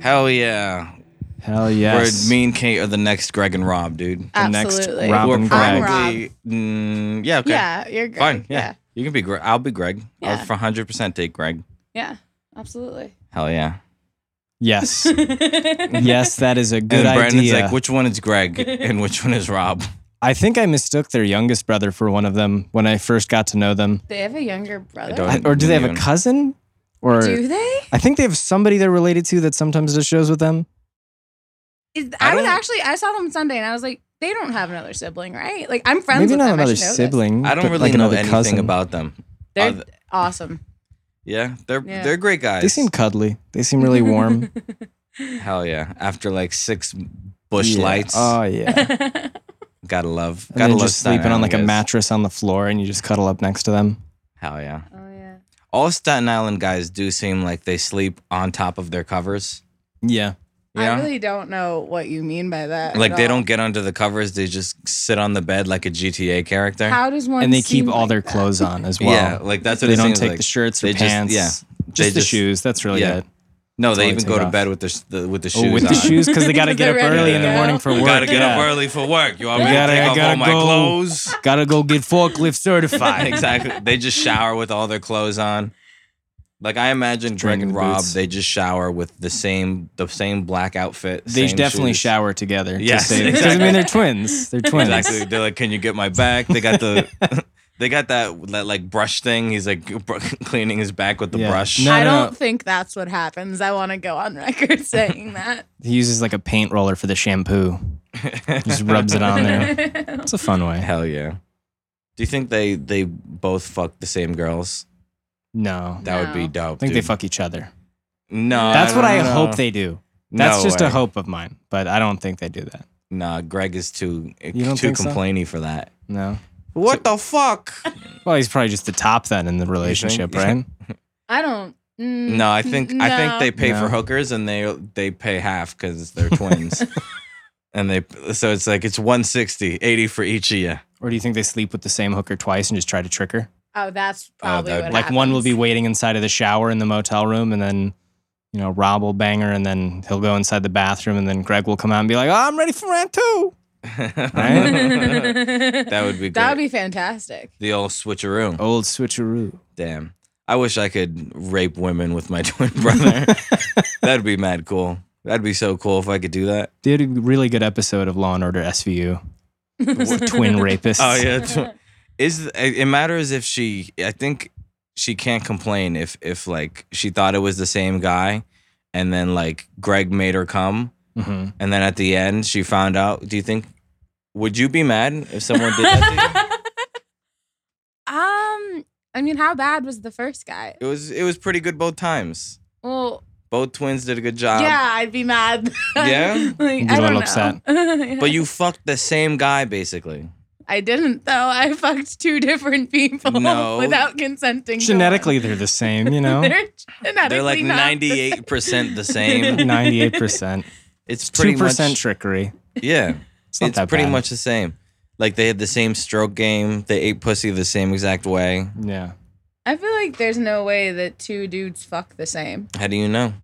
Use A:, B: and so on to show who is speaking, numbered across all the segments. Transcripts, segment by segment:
A: Hell yeah.
B: Hell yes.
A: Where me and Kate are the next Greg and Rob, dude.
B: the
C: Absolutely.
B: next Rob
A: We're
B: and
C: I'm
B: Greg.
C: Rob.
A: probably. Mm, yeah. Okay.
C: Yeah, you're good.
A: Fine. Yeah.
C: yeah.
A: You can be Greg. I'll be Greg.
C: Yeah.
A: I'll 100% take Greg.
C: Yeah, absolutely.
A: Hell yeah.
B: Yes. yes, that is a good
A: and Brandon's
B: idea.
A: like, which one is Greg and which one is Rob?
B: I think I mistook their youngest brother for one of them when I first got to know them.
C: They have a younger brother.
A: don't-
B: I- or do they have a
A: Even.
B: cousin? Or
C: Do they?
B: I think they have somebody they're related to that sometimes does shows with them.
C: Is,
A: I
C: I, was
A: don't-
C: actually I saw them Sunday and I was like, they don't have another sibling, right? Like I'm friends
B: Maybe
C: with
B: not
C: them. I
B: another
C: should know this.
B: sibling.
A: I don't
B: but
A: really
B: like
A: know
B: another
A: anything
B: cousin.
A: about them.
C: They're
A: Other-
C: awesome.
A: Yeah, they're
C: Yeah.
A: they're great guys.
B: They seem cuddly. They seem really warm.
A: hell yeah. After like six bush
B: Yeah.
A: lights,
B: Oh yeah.
A: gotta love,
B: And
A: gotta
B: they're
A: love
B: just sleeping
A: Staten
B: on like a
A: Island guys.
B: mattress on the floor, and you just cuddle up next to them.
A: Hell yeah.
C: Oh yeah.
A: All Staten Island guys do seem like they sleep on top of their covers.
B: Yeah.
A: You know?
C: I really don't know what you mean by that.
A: like
C: at
A: they
C: all.
A: don't get under the covers; they just sit on the bed like a GTA character.
C: How does one?
B: and they
C: seem
B: keep all
C: like
B: their
C: that?
B: clothes on as well.
A: Yeah, like that's what
B: they
A: it
B: don't
A: seems
B: take
A: like.
B: the shirts or
A: They just-
B: pants.
A: yeah.
B: just
A: They
B: the
A: just-
B: shoes. That's really
A: yeah.
B: it.
A: No, they
B: all they
A: even
B: take
A: go to
B: off.
A: bed with their s- the, with the shoes.
B: Oh, with
A: on.
B: the shoes because they got to
C: Because
B: get up
C: they're ready
B: early
C: to
B: in the
C: go.
B: morning for
A: We
B: work.
A: gotta get up
B: Yeah.
A: early for work. You want me
B: We gotta-
A: to
B: I
A: take off
B: gotta
A: all my
B: go.
A: clothes?
B: Gotta go get forklift certified.
A: exactly. They just shower with all their clothes on. Like I imagine Greg
B: Drinking
A: and Rob,
B: boots.
A: they just shower with the same the same black outfit.
B: They
A: same
B: definitely
A: shoes.
B: shower together.
A: Yes,
B: Yes, because I
A: exactly.
B: mean they're twins. They're twins.
A: Exactly. They're like, "Can you get my back?" They got the they got that that like brush thing. He's like br- cleaning his back with the
B: Yeah.
A: brush.
B: No,
C: I
B: no, no.
C: don't think that's what happens. I want to go on record saying that.
B: He uses like a paint roller for the shampoo. Just rubs it on there. It's a fun way.
A: Hell yeah. Do you think they they both fuck the same girls?
B: No, I
A: That would be
C: No.
A: dope.
B: think they
A: dude.
B: fuck each other.
A: No,
B: That's what I
A: don't know.
B: hope they do. That's
A: No
B: just
A: way.
B: a hope of mine, but I don't think they do that.
A: Nah, Greg is too
B: don't
A: too
B: think so?
A: complaining for that.
B: No.
A: What the fuck?
B: Well, he's probably just the top then in the relationship, right?
C: I don't. mm,
A: No, I think I think
C: no.
A: they pay
B: No.
A: for hookers and they they pay half because they're twins, and they so it's like it's 160, 80 for each of you.
B: Or do you think they sleep with the same hooker twice and just try to trick her?
C: Oh, that's probably
A: that-
C: what
B: like one will be
C: happens.
B: waiting inside of the shower in the motel room and then you know rob will bang her and then he'll go inside the bathroom and then greg will come out and be like oh, i'm ready for round two Right?
A: That would be
C: That
A: great.
C: would be fantastic.
A: The old switcheroo.
B: old switcheroo
A: Damn, I wish I could rape women with my twin brother. That'd be mad cool. That'd be so cool if I could do that.
B: did a really good episode of law and order svu With twin rapists
A: Oh yeah, tw- is it matters if she? I think she can't complain if if like she thought it was the same guy, and then like Greg made her come.
B: Mhm.
A: And then at the end, she found out. Do you think? Would you be mad if someone did that? to you?
C: Um, I mean, how bad was the first guy?
A: It was it was pretty good both times.
C: Well,
A: Both twins did a good job.
C: yeah, I'd be mad.
A: Um, Yeah?
C: like,
B: You'd
C: I
B: be a little
C: don't know.
B: upset.
A: But you fucked the same guy basically.
C: I didn't though. I fucked two different people
A: No.
C: without consenting. to one.
B: genetically they're the same you know
C: they're genetically
A: They're like
C: not the
A: ninety eight percent the same.
B: 98%
A: It's pretty
B: 2%
A: much
B: trickery
A: yeah.
B: it's,
A: It's,
B: not that
A: pretty
B: bad.
A: much the same. Like they had the same stroke game. They ate pussy the same exact way.
B: yeah
C: I feel like there's no way that two dudes fuck the same.
A: How do you know?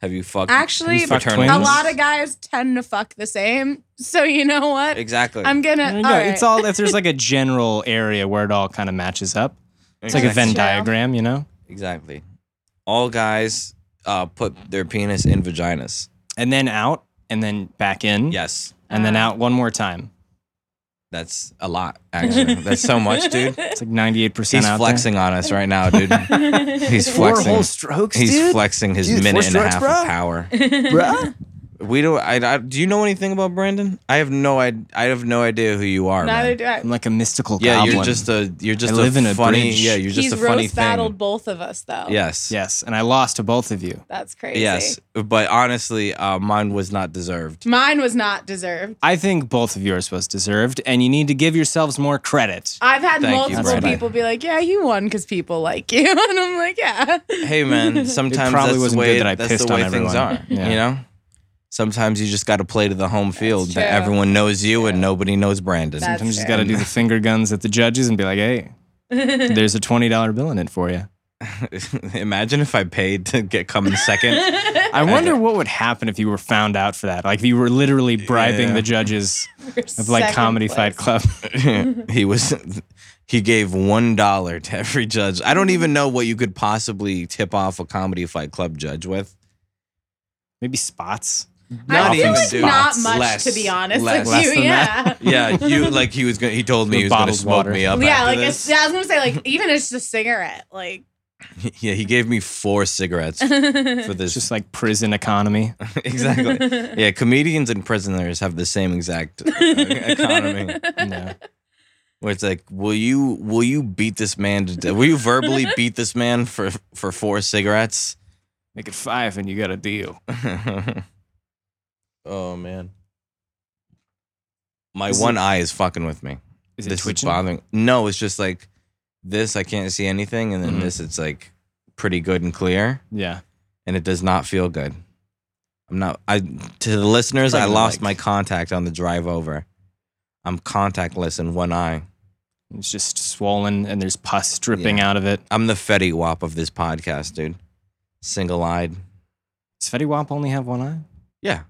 A: Have you fucked?
C: Actually,
B: You fuck
A: fraternal
B: twins?
C: a
A: twins?
C: lot of guys tend to fuck the same. So you know what?
A: exactly.
C: I'm gonna.
B: There you
C: all
B: go.
C: right.
B: it's all if there's like a general area where it all kind of matches up it's like a venn
C: Yeah.
B: diagram you know
A: Exactly. All guys uh, put their penis in vaginas.
B: and then out and then back in
A: Yes,
B: and then out one more time
A: that's a lot. Actually, that's so much, dude.
B: It's like 98%
A: He's
B: out
A: flexing on us right now, dude. He's
B: there. Four
A: flexing.
B: whole strokes,
A: He's
B: dude.
A: flexing his
B: Dude, four
A: minute and a
B: strokes,
A: half
B: bro.
A: of power.
B: Bruh.
A: We don't. I, I- do you know anything about Brandon? I have no. I, I have no idea who you are.
C: Neither
A: man.
C: do I.
B: I'm like a mystical
A: Yeah,
B: goblin.
A: you're just a. You're just
B: I live
A: a
B: in a
A: funny.
B: bridge.
A: yeah, you're just
C: He's
A: a funny
C: roast battled
A: thing.
C: both of us though.
A: Yes.
B: Yes, and I lost to both of you.
C: That's crazy.
A: Yes. But honestly, uh, mine was not deserved.
C: Mine was not deserved.
B: I think both of yours was deserved, and you need to give yourselves more credit.
C: I've had
A: Thank you,
C: multiple
A: Brandon.
C: people be like, "Yeah, you won because people like you," and I'm like, "Yeah."
A: hey man, sometimes
B: probably
A: that's the
B: wasn't
A: way,
B: good that I
A: that's
B: pissed
A: the way
B: on
A: things
B: everyone.
A: are.
B: Yeah.
A: You know? Sometimes you just gotta play to the home field that
C: true.
A: everyone knows you and nobody knows Brandon.
C: That's-
B: Sometimes you just
C: fair.
B: got to do the finger guns at the judges and be like, "Hey, there's a twenty dollar bill in it for you."
A: Imagine if I paid to get come in second.
B: I wonder what would happen if you were found out for that. Like if you were literally bribing
A: Yeah.
B: the judges of
C: Of
B: like Comedy Fight Club.
A: he was he gave one dollar to every judge. I don't even know what you could possibly tip off a comedy fight club judge with.
B: Maybe spots.
A: Not
C: I feel
A: even
C: like
A: do.
C: not
A: Spots.
C: much
A: Less.
C: to be honest
A: Less.
C: with
B: Less
C: you.
B: than
C: Yeah.
A: Yeah, you like he was gonna he told me
B: With
A: he was gonna
B: bottled
A: smoke
B: water.
A: me up.
C: yeah,
A: after
C: like a, I
A: this.
C: was gonna say, like even it's just a cigarette, like
A: yeah, he gave me four cigarettes for
B: It's
A: this.
B: just like prison economy.
A: exactly. Yeah, comedians and prisoners have the same exact uh, economy.
B: No.
A: Where it's like, will you will you beat this man to death? Will you verbally beat this man for for four cigarettes?
B: Make it five and you got a deal.
A: oh man, my
B: Is it-
A: one eye is fucking with me.
B: Is it
A: this
B: twitching?
A: is bothering. No, it's just like this. I can't see anything, and then
B: Mhm.
A: this. It's like pretty good and clear,
B: yeah.
A: and it does not feel good. I'm not. I to the listeners, I
B: Probably
A: lost
B: like-
A: my contact on the drive over. I'm contactless in one eye.
B: It's just swollen and there's pus dripping out of it.
A: I'm the Fetty Wap of this podcast, dude. Single eyed.
B: Does Fetty Wap only have one eye?
A: Yeah,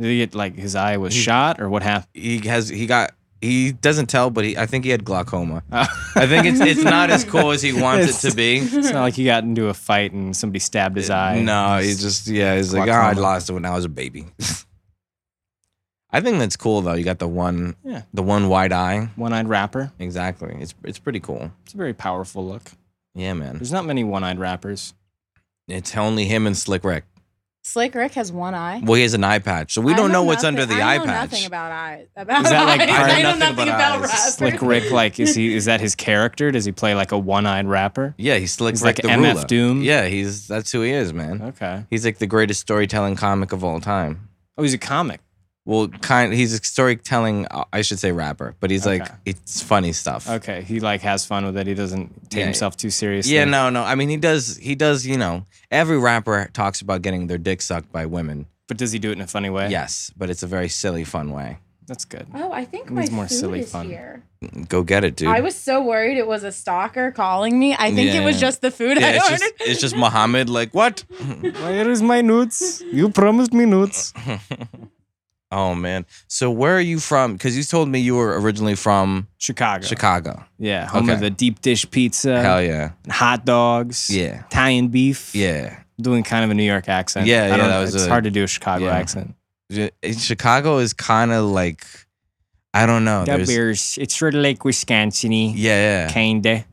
B: Did he get like his eye was
A: He-
B: shot or what happened?
A: he has. He got. He doesn't tell, but he. I think he had glaucoma. I think it's it's not as cool as he wants it to be.
B: It's not like he got into a fight and somebody stabbed his eye.
A: No, he's just yeah. He's like, oh, I
B: Glaucoma.
A: lost it when I was a baby. I think that's cool though. You got the one,
B: Yeah.
A: the one wide eye.
B: one-eyed rapper.
A: Exactly. It's it's pretty cool.
B: It's a very powerful look.
A: Yeah, man.
B: There's not many one-eyed rappers.
A: It's only him and Slick Rick.
C: Slick Rick has one eye.
A: Well, he has an eye patch, so we
C: I
A: don't know, what's
C: nothing-
A: under the
C: I
A: eye
C: know
A: patch.
C: Nothing about eyes. About
B: Is that, like,
C: eyes.
B: part of
C: I know
A: nothing
C: nothing
A: but
C: about
A: eyes?
C: rappers.
B: Slick Rick, like, is he? Is that his character? Does he play like a one-eyed rapper?
A: yeah, he's Slick
B: He's
A: Rick
B: like
A: the
B: MF
A: ruler.
B: Doom?
A: Yeah, he's that's who he is, man.
B: Okay.
A: He's like the greatest storytelling comic of all time.
B: Oh, he's a comic.
A: Well, kind he's a storytelling, uh, I should say rapper, but he's like
B: Okay.
A: it's funny stuff.
B: Okay, he like has fun with it. He doesn't take
A: Yeah.
B: himself too seriously.
A: Yeah, no, no. I mean, he does. He does. You know, every rapper talks about getting their dick sucked by women.
B: But does he do it in a funny way?
A: Yes, but it's a very silly, fun way.
B: That's good.
C: Oh, I think
B: It
C: my
B: means more
C: food
B: silly
C: is
B: fun.
C: here.
A: Go get it, dude.
C: I was so worried it was a stalker calling me. I think
A: Yeah.
C: it was just the food
A: yeah,
C: I
A: it's
C: ordered.
A: just it's just Muhammad. Like what?
B: Where is my nudes? You promised me nudes.
A: oh man. So where are you from? Because you told me you were originally from
B: Chicago.
A: Chicago.
B: Yeah, home of
A: Okay.
B: the deep dish pizza,
A: Hell yeah.
B: hot dogs,
A: Yeah.
B: Italian beef.
A: Yeah.
B: doing kind of a New York accent.
A: Yeah,
B: I
A: yeah,
B: don't-
A: that was
B: it's
A: a-
B: hard to do a Chicago
A: yeah.
B: accent.
A: J- eh, Chicago is kind of like I don't know.
B: that
A: Oh, there's- yeah,
B: beer's it's sort of like Wisconsin y,
A: yeah.
B: kinda.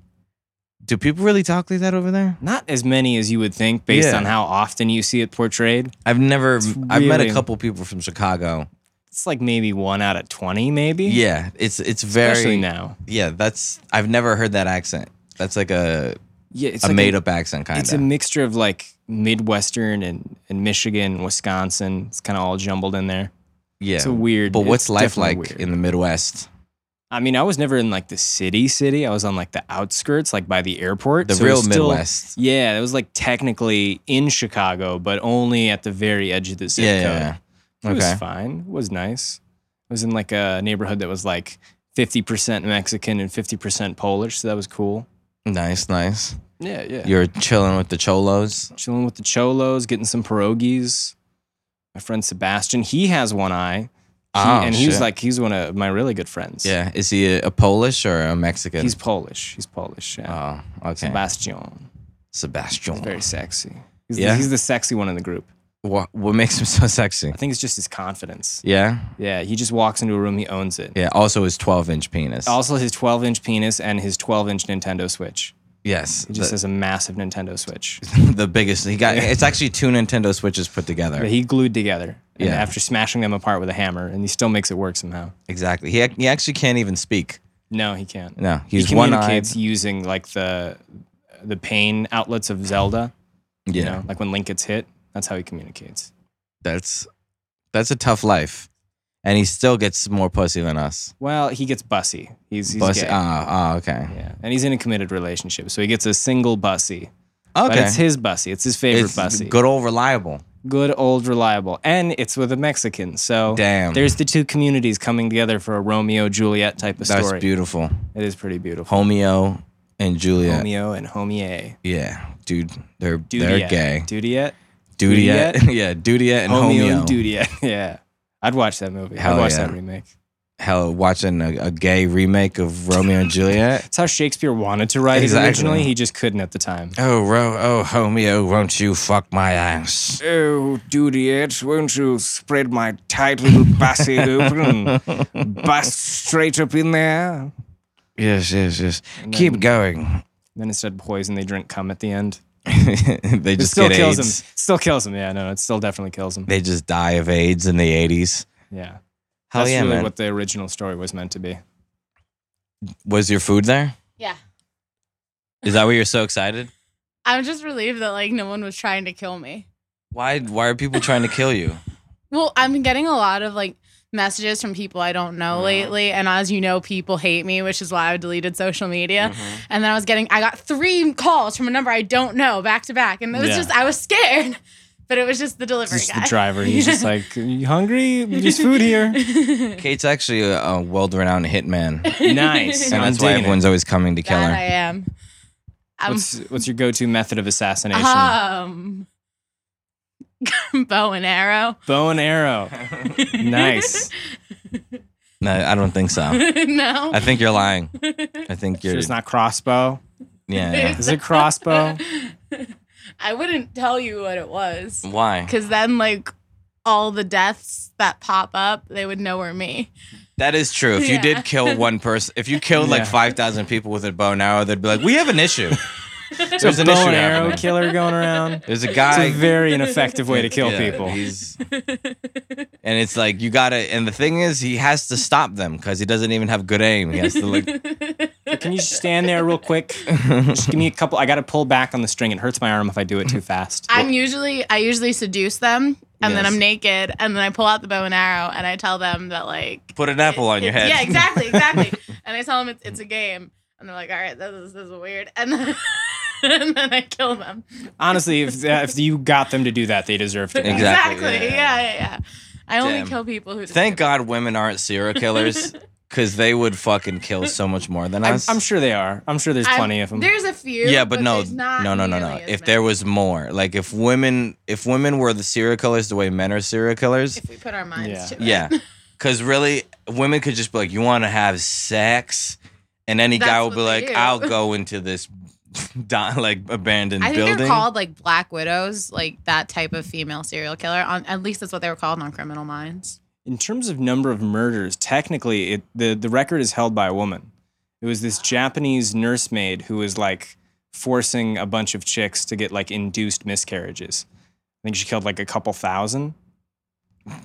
A: Do people really talk like that over there?
B: Not as many as you would think, based
A: Yeah.
B: on how often you see it portrayed.
A: I've never. I've met a
B: really-
A: couple people from Chicago.
B: It's like maybe one out of twenty, maybe.
A: Yeah, it's it's very
B: especially now.
A: Yeah, that's I've never heard that accent. That's like a
B: Yeah, it's
A: a
B: like
A: made up accent
B: It's
A: kind
B: a
A: of.
B: mixture of like Midwestern and, and Michigan, Wisconsin. It's kind of all jumbled in there.
A: Yeah.
B: It's a weird.
A: but what's
B: it's
A: life
B: definitely
A: like
B: weird.
A: in the Midwest?
B: I mean, I was never in like the city, city. I was on like the outskirts, like by the airport.
A: The
B: so it
A: real
B: was still-
A: Midwest.
B: Yeah, it was like technically in Chicago, but only at the very edge of the zip
A: Yeah,
B: code.
A: yeah, yeah.
B: It was
A: Okay.
B: fine. It was nice. I was in like a neighborhood that was like 50% Mexican and 50% Polish, so that was cool.
A: Nice, nice.
B: Yeah, yeah.
A: You're chilling with the cholos.
B: Chilling with the cholos, getting some pierogies. My friend Sebastian, he has one eye. He-
A: Oh,
B: and he's
A: shit.
B: like, he's one of my really good friends.
A: Yeah. Is he a, a Polish or a Mexican?
B: He's Polish. He's Polish. Yeah.
A: oh, okay.
B: Sebastian.
A: Sebastian.
B: Very sexy. He's
A: Yeah?
B: The, he's the sexy one in the group.
A: what what makes him so sexy?
B: I think it's just his confidence.
A: Yeah.
B: Yeah, he just walks into a room, he owns it.
A: Yeah. Also, his 12 inch penis.
B: Also, his 12 inch penis and his 12 inch Nintendo Switch.
A: yes.
B: He just
A: the,
B: has a massive Nintendo Switch
A: the biggest. He got. It's actually two Nintendo Switches put together.
B: that he glued together. And
A: Yeah.
B: after smashing them apart with a hammer, and he still makes it work somehow.
A: exactly. He ac- he actually can't even speak.
B: No, he can't.
A: No,
B: He
A: he's one eyed.
B: communicates using like the the pain outlets of Zelda.
A: Yeah.
B: You know, like when Link gets hit, that's how he communicates.
A: that's that's a tough life, and he still gets more pussy than us.
B: Well, he gets bussy. He's, he's
A: Pussy.
B: gay.
A: Ah, ah, okay.
B: yeah, and he's in a committed relationship, so he gets a single bussy. But
A: Okay.
B: it's his bussy. It's his favorite bussy.
A: good old reliable.
B: good old reliable and it's with a mexican so
A: Damn.
B: there's the two communities coming together for a romeo juliet type of
A: That's
B: story
A: beautiful.
B: it is pretty beautiful
A: Homeo and Juliet.
B: Homeo and Homie.
A: Yeah, dude, they're they're
B: Dudiet.
A: gay.
B: Dudiet.
A: Dudiet, yeah, Dudiet and
B: Homeo
A: Homeo.
B: and Dudiet. Yeah. I'd watch that movie.
A: Hell
B: I'd watch
A: yeah.
B: that remake.
A: Hell, watching a, a gay remake of Romeo and Juliet.
B: That's how Shakespeare wanted to write
A: Exactly.
B: it originally. He just couldn't at the time.
A: Oh, Ro, oh, Homeo, won't you fuck my ass?
B: Oh, Dudiet, won't you spread my tight little bassy open and bust straight up in there?
A: Yes, yes, yes.
B: And
A: Keep
B: then-
A: going.
B: Then instead of poison, they drink cum at the end.
A: they
B: It
A: just
B: still
A: get
B: kills
A: AIDS.
B: him. Still kills him. Yeah, no, it still definitely kills him.
A: They just die of AIDS in the eighties.
B: Yeah.
A: Hell
B: That's
A: yeah,
B: really
A: man.
B: what the original story was meant to be.
A: Was your food there?
C: Yeah.
A: Is that why you're so excited?
C: I'm just relieved that like no one was trying to kill me.
A: Why? Why are people trying to kill you?
C: Well, I'm getting a lot of like messages from people I don't know
B: Uh-huh.
C: lately. And as you know, people hate me, which is why I deleted social media.
B: Uh-huh.
C: And then I was getting, I got three calls from a number I don't know back to back. And it was
B: Yeah.
C: just, I was scared, but it was just the delivery
B: Just
C: guy.
B: the driver. He's just like, you hungry? There's food here.
A: Kate's actually a, a world-renowned hitman,
B: Nice.
A: and
B: I'm
A: that's why
B: digging it.
A: everyone's always coming to kill
C: That
A: her.
C: I am. I'm,
B: What's, what's your go to method of assassination?
C: um, bow and arrow.
B: Bow and arrow. Nice.
A: No, I don't think so.
C: no.
A: I think you're lying. I think you're.
B: It's not crossbow.
A: yeah.
B: Is it crossbow?
C: I wouldn't tell you what it was.
A: Why?
C: Because then, like, all the deaths that pop up, they would know were me.
A: That is true. If you
C: Yeah.
A: did kill one person, if you killed like
B: Yeah.
A: five thousand people with a bow and arrow, they'd be like, "We have an issue." There's an
B: bow
A: issue
B: and arrow
A: happening.
B: killer going around.
A: There's a
B: It's
A: guy.
B: a very ineffective way to kill
A: Yeah,
B: people.
A: He's, and it's like you gotta. And the thing is, he has to stop them because he doesn't even have good aim. He has to like.
B: Can you just stand there real quick? Just give me a couple. I got to pull back on the string. It hurts my arm if I do it too fast.
C: I'm usually, I usually seduce them and then
A: Yes.
C: I'm naked and then I pull out the bow and arrow and I tell them that, like,
A: Put an apple on your
C: it-
A: head.
C: Yeah, exactly, exactly. and I tell them it's, it's a game. And they're like, all right, this is, this is weird. And then, and then I kill them.
B: Honestly, if if you got them to do that, they deserve to. die.
A: Exactly.
C: Yeah,
A: yeah.
C: yeah, yeah. I only
A: Damn.
C: kill people who.
A: Thank God women aren't serial killers because they would fucking kill so much more than
B: I'm,
A: us.
B: I'm sure they are. I'm sure there's
C: I'm-
B: plenty of them.
C: There's a few.
A: Yeah, but, no,
C: there's not
A: no, no, no, no.
C: nearly as
A: If
C: many.
A: there was more, like if women, if women were the serial killers the way men are serial killers,
C: if we put our minds
B: Yeah.
C: to it.
A: yeah, because really, women could just be like, "You want to have sex," and any guy
C: That's
A: will be
C: what they
A: like,
C: do.
A: "I'll go into this, di- like abandoned
C: I think
A: building."
C: they're called like black widows, like that type of female serial killer. On at least that's what they were called on Criminal Minds.
B: In terms of number of murders, technically, it, the the record is held by a woman. It was this Japanese nursemaid who was like forcing a bunch of chicks to get like induced miscarriages. I think she killed like a couple thousand.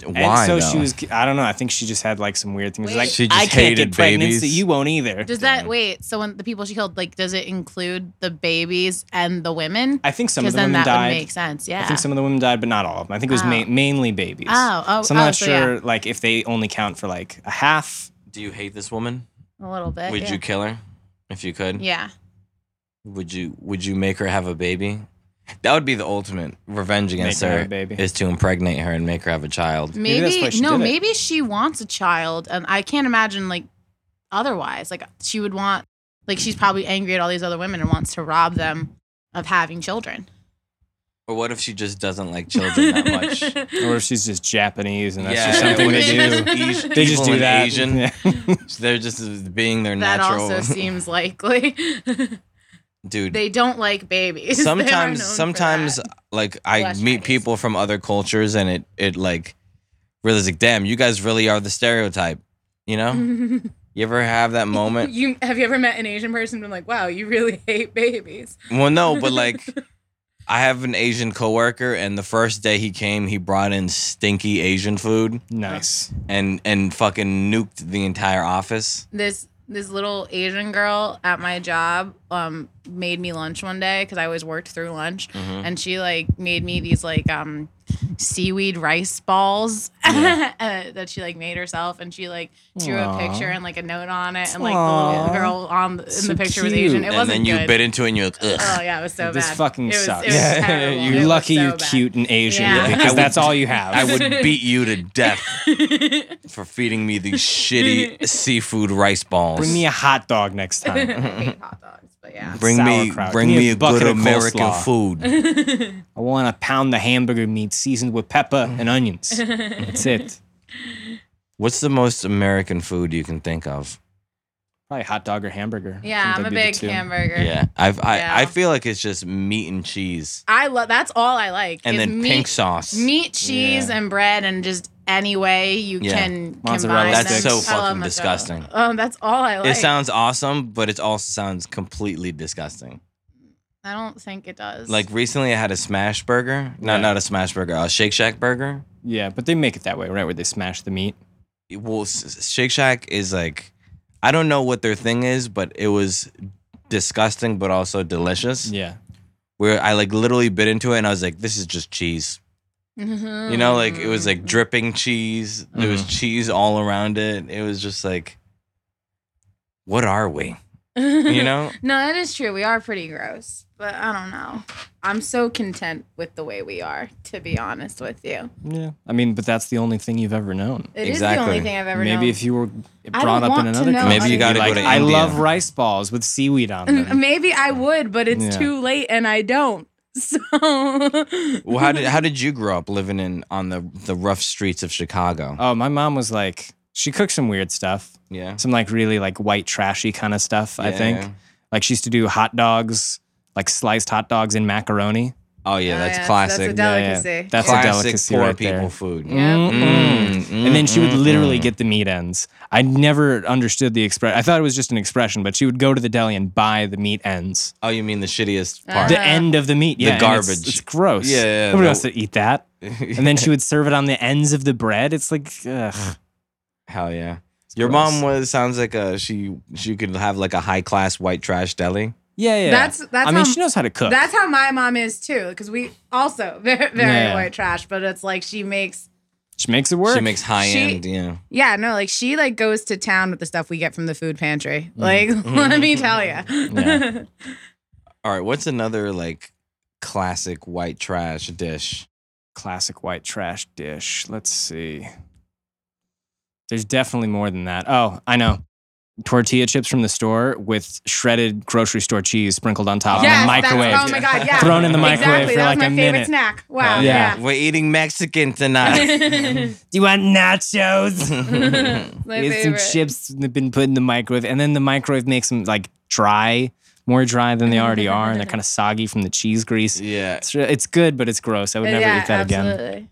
A: Why?
B: And so she
A: though?
B: was. I don't know. I think she just had like some weird things.
C: Wait.
B: Like
A: She just
B: I can't
A: hated
B: get pregnant, so
A: babies.
B: you won't either.
C: Does
A: Damn.
C: that wait? So when the people she killed, like, does it include the babies and the women?
B: I think some of
C: Because
B: the
C: then
B: women
C: that
B: died.
C: would make sense. Yeah.
B: I think some of the women died, but not all of them. I think it was ma-
C: Oh.
B: mainly babies.
C: Oh, oh,
B: so I'm not
C: oh, so yeah.
B: sure like if they only count for like a half.
A: Do you hate this woman?
C: a little bit.
A: Would
C: Uh, yeah.
A: you kill her if you could?
C: Yeah.
A: Would you Would you make her have a baby? That would be the ultimate revenge against
B: her
A: her,
B: have a baby.
A: is to impregnate her and make her have a child.
B: Maybe
C: Maybe,
B: that's why she
C: no.
B: did it.
C: Maybe she wants a child, and I can't imagine like otherwise. Like she would want. Like she's probably angry at all these other women and wants to rob them of having children.
A: Or what if she just doesn't like children that much?
B: Or if she's just Japanese and that's
A: Yeah,
B: just something
A: what
B: they
A: it
B: do.
A: is,
B: They just
A: evil
B: do
A: and
B: that.
A: Asian.
B: Yeah.
A: They're just being their
C: That
A: natural
C: also seems likely.
A: dude.
C: they don't like babies. They are known
A: sometimes
C: for
A: sometimes
C: that.
A: like I
C: Flesh
A: meet
C: babies.
A: people from other cultures and it it like really is like damn you guys really are the stereotype you know you ever have that moment
C: you have you ever met an Asian person and been like, wow, you really hate babies?
A: well no but like I have an Asian coworker and the first day he came he brought in stinky Asian food
B: Nice.
A: and and fucking nuked the entire office
C: this this little Asian girl at my job um made me lunch one day because I always worked through lunch,
B: Mm-hmm.
C: and she like made me these like um seaweed rice balls uh, that she like made herself, and she like drew
B: Aw.
C: a picture and like a note on it, and like the
B: Aw.
C: little girl on the, in
B: So
C: the picture was
B: cute.
C: Asian.
B: And
C: It
A: and
C: wasn't
A: then you
C: good.
A: bit into it and you're like ugh
C: Oh yeah, it was so
B: This
C: bad.
B: fucking
C: it was,
B: sucks.
C: It was
A: Yeah,
C: terrible.
A: you're
C: It
B: You're
C: was
B: lucky
C: so
B: you're
C: bad.
B: cute and Asian
C: Yeah.
A: I
B: because
A: would-
B: that's all you have.
A: I would beat you to death for feeding me these shitty seafood rice balls
B: Bring me a hot dog next
C: I
B: time.
C: hate hot dogs. But yeah.
A: Bring me,
B: Sauerkraut.
A: bring
B: Give me
A: me
B: a
A: a
B: bucket
A: good
B: of
A: American
B: coleslaw.
A: food.
B: I want to pound the hamburger meat seasoned with pepper
A: Mm.
B: and onions. That's it.
A: What's the most American food you can think of?
B: Probably hot dog or hamburger. I think
C: yeah, I'm a
B: that'd be the
C: big
B: two.
C: hamburger.
A: Yeah, I've, I,
C: Yeah.
A: I feel like it's just meat and cheese,
C: I love that's all I like.
A: and
C: is
A: then
C: meat,
A: pink sauce.
C: meat, cheese,
B: Yeah.
C: and bread, and just any way you
A: Yeah.
C: can
B: Mozzarella
C: combine
A: That's
C: them.
A: so
C: I love
A: fucking
C: mozzarella.
A: disgusting.
C: Um, that's all I like.
A: It sounds awesome, but it also sounds completely disgusting.
C: I don't think it does.
A: Like recently, I had a smash burger. No,
B: Yeah.
A: not a smash burger. A Shake Shack burger.
B: Yeah, but they make it that way, right? Where they smash the meat.
A: well S- S- Shake Shack is like I don't know what their thing is, but it was disgusting but also delicious.
B: Yeah.
A: Where I like literally bit into it and I was like, this is just cheese.
C: Mm-hmm.
A: You know, like it
C: Mm.
A: was like dripping cheese. There was cheese all around it. It was just like what are we? You know?
C: No, that is true. We are pretty gross, but I don't know. I'm so content with the way we are, to be honest with you.
B: Yeah. I mean, but that's the only thing you've ever known.
C: It is the
A: Exactly.
C: only thing I've ever
B: Maybe
C: known.
B: if you were
C: I
B: brought up
C: don't
B: in
C: want to
B: another
C: know
B: country,
A: Maybe you
B: you'd be
A: gotta go
B: like,
A: to
B: I
A: India."
B: love rice balls with seaweed on them.
C: Maybe I would, but it's
B: Yeah.
C: too late and I don't. So
A: Well, how did how did you grow up living in on the the rough streets of Chicago?
B: oh, my mom was like, she cooked some weird stuff,
A: Oh, yeah.
B: some like really like white trashy kind of stuff. I
A: Yeah,
B: think.
A: yeah.
B: Like she used to do hot dogs, like sliced hot dogs in macaroni.
A: Oh yeah,
C: Oh,
A: that's
C: yeah,
A: classic.
C: that's a
B: Yeah, yeah.
C: Delicacy.
B: That's
A: classic
B: a delicacy
A: poor
B: right
A: people
B: there.
A: food.
C: Yeah.
B: Mm-mm.
A: Mm,
B: And then she would
A: mm,
B: literally
A: mm.
B: get the meat ends. I never understood the express. I thought it was just an expression, but she would go to the deli and buy the meat ends.
A: Oh, you mean the shittiest
C: Uh-huh.
A: part?
B: The end of the meat, yeah, and it's-
A: garbage.
B: It's, gross.
A: Yeah, yeah,
B: nobody
A: the-
B: wants to eat that. And then she would serve it on the ends of the bread. It's like, ugh.
A: Hell yeah. Your
B: gross.
A: mom was sounds like a she she could have like a high class white trash deli.
B: yeah, yeah.
C: That's- that's
B: I mean,
C: how-
B: she knows how to cook.
C: That's how my mom is too, because we also very, very
B: Yeah.
C: white trash, but it's like she makes,
B: she makes it work.
A: She makes high
C: She-
A: end, yeah.
C: yeah, no, like she like goes to town with the stuff we get from the food pantry. Like, let me tell you.
B: Mm-hmm. Yeah.
A: All right, what's another like classic white trash dish?
B: classic white trash dish. Let's see. There's definitely more than that. Oh, I know. Tortilla chips from the store with shredded grocery store cheese sprinkled on top
C: Yes,
B: in the
C: that's-
B: microwave.
C: oh my god, yeah.
B: Thrown in the microwave
C: exactly,
B: for
C: that
B: like
C: was my
B: a
C: favorite
B: minute. Oh,
C: snack.
B: Yeah.
C: Wow. Yeah.
A: Um, We're eating Mexican tonight.
B: Do you want nachos?
C: my
B: There's some
C: favorite.
B: chips that have been put in the microwave, and then the microwave makes them like dry, more dry than they already are, and they're kind of soggy from the cheese grease.
A: yeah.
B: It's, re- it's good, but it's gross. I would never
C: Uh, yeah,
B: eat that again.
C: absolutely.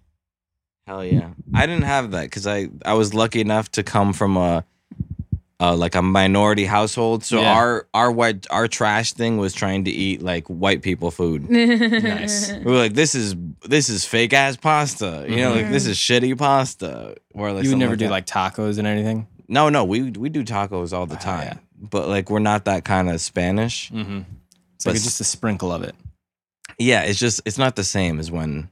A: Hell yeah. I didn't have that because I, I was lucky enough to come from a, a like a minority household. So
B: Yeah.
A: our our white our trash thing was trying to eat like white people food. we
B: Nice.
A: were like, this is this is fake ass pasta. You know, like this is shitty pasta. Or like
B: You would
A: something
B: never do
A: that.
B: like Ah, tacos and anything.
A: no no we we do tacos all the time. But like we're not that kind of Spanish.
B: Mm-hmm. It's
A: But
B: like
A: s-
B: just a sprinkle of it.
A: Yeah, it's just it's not the same as when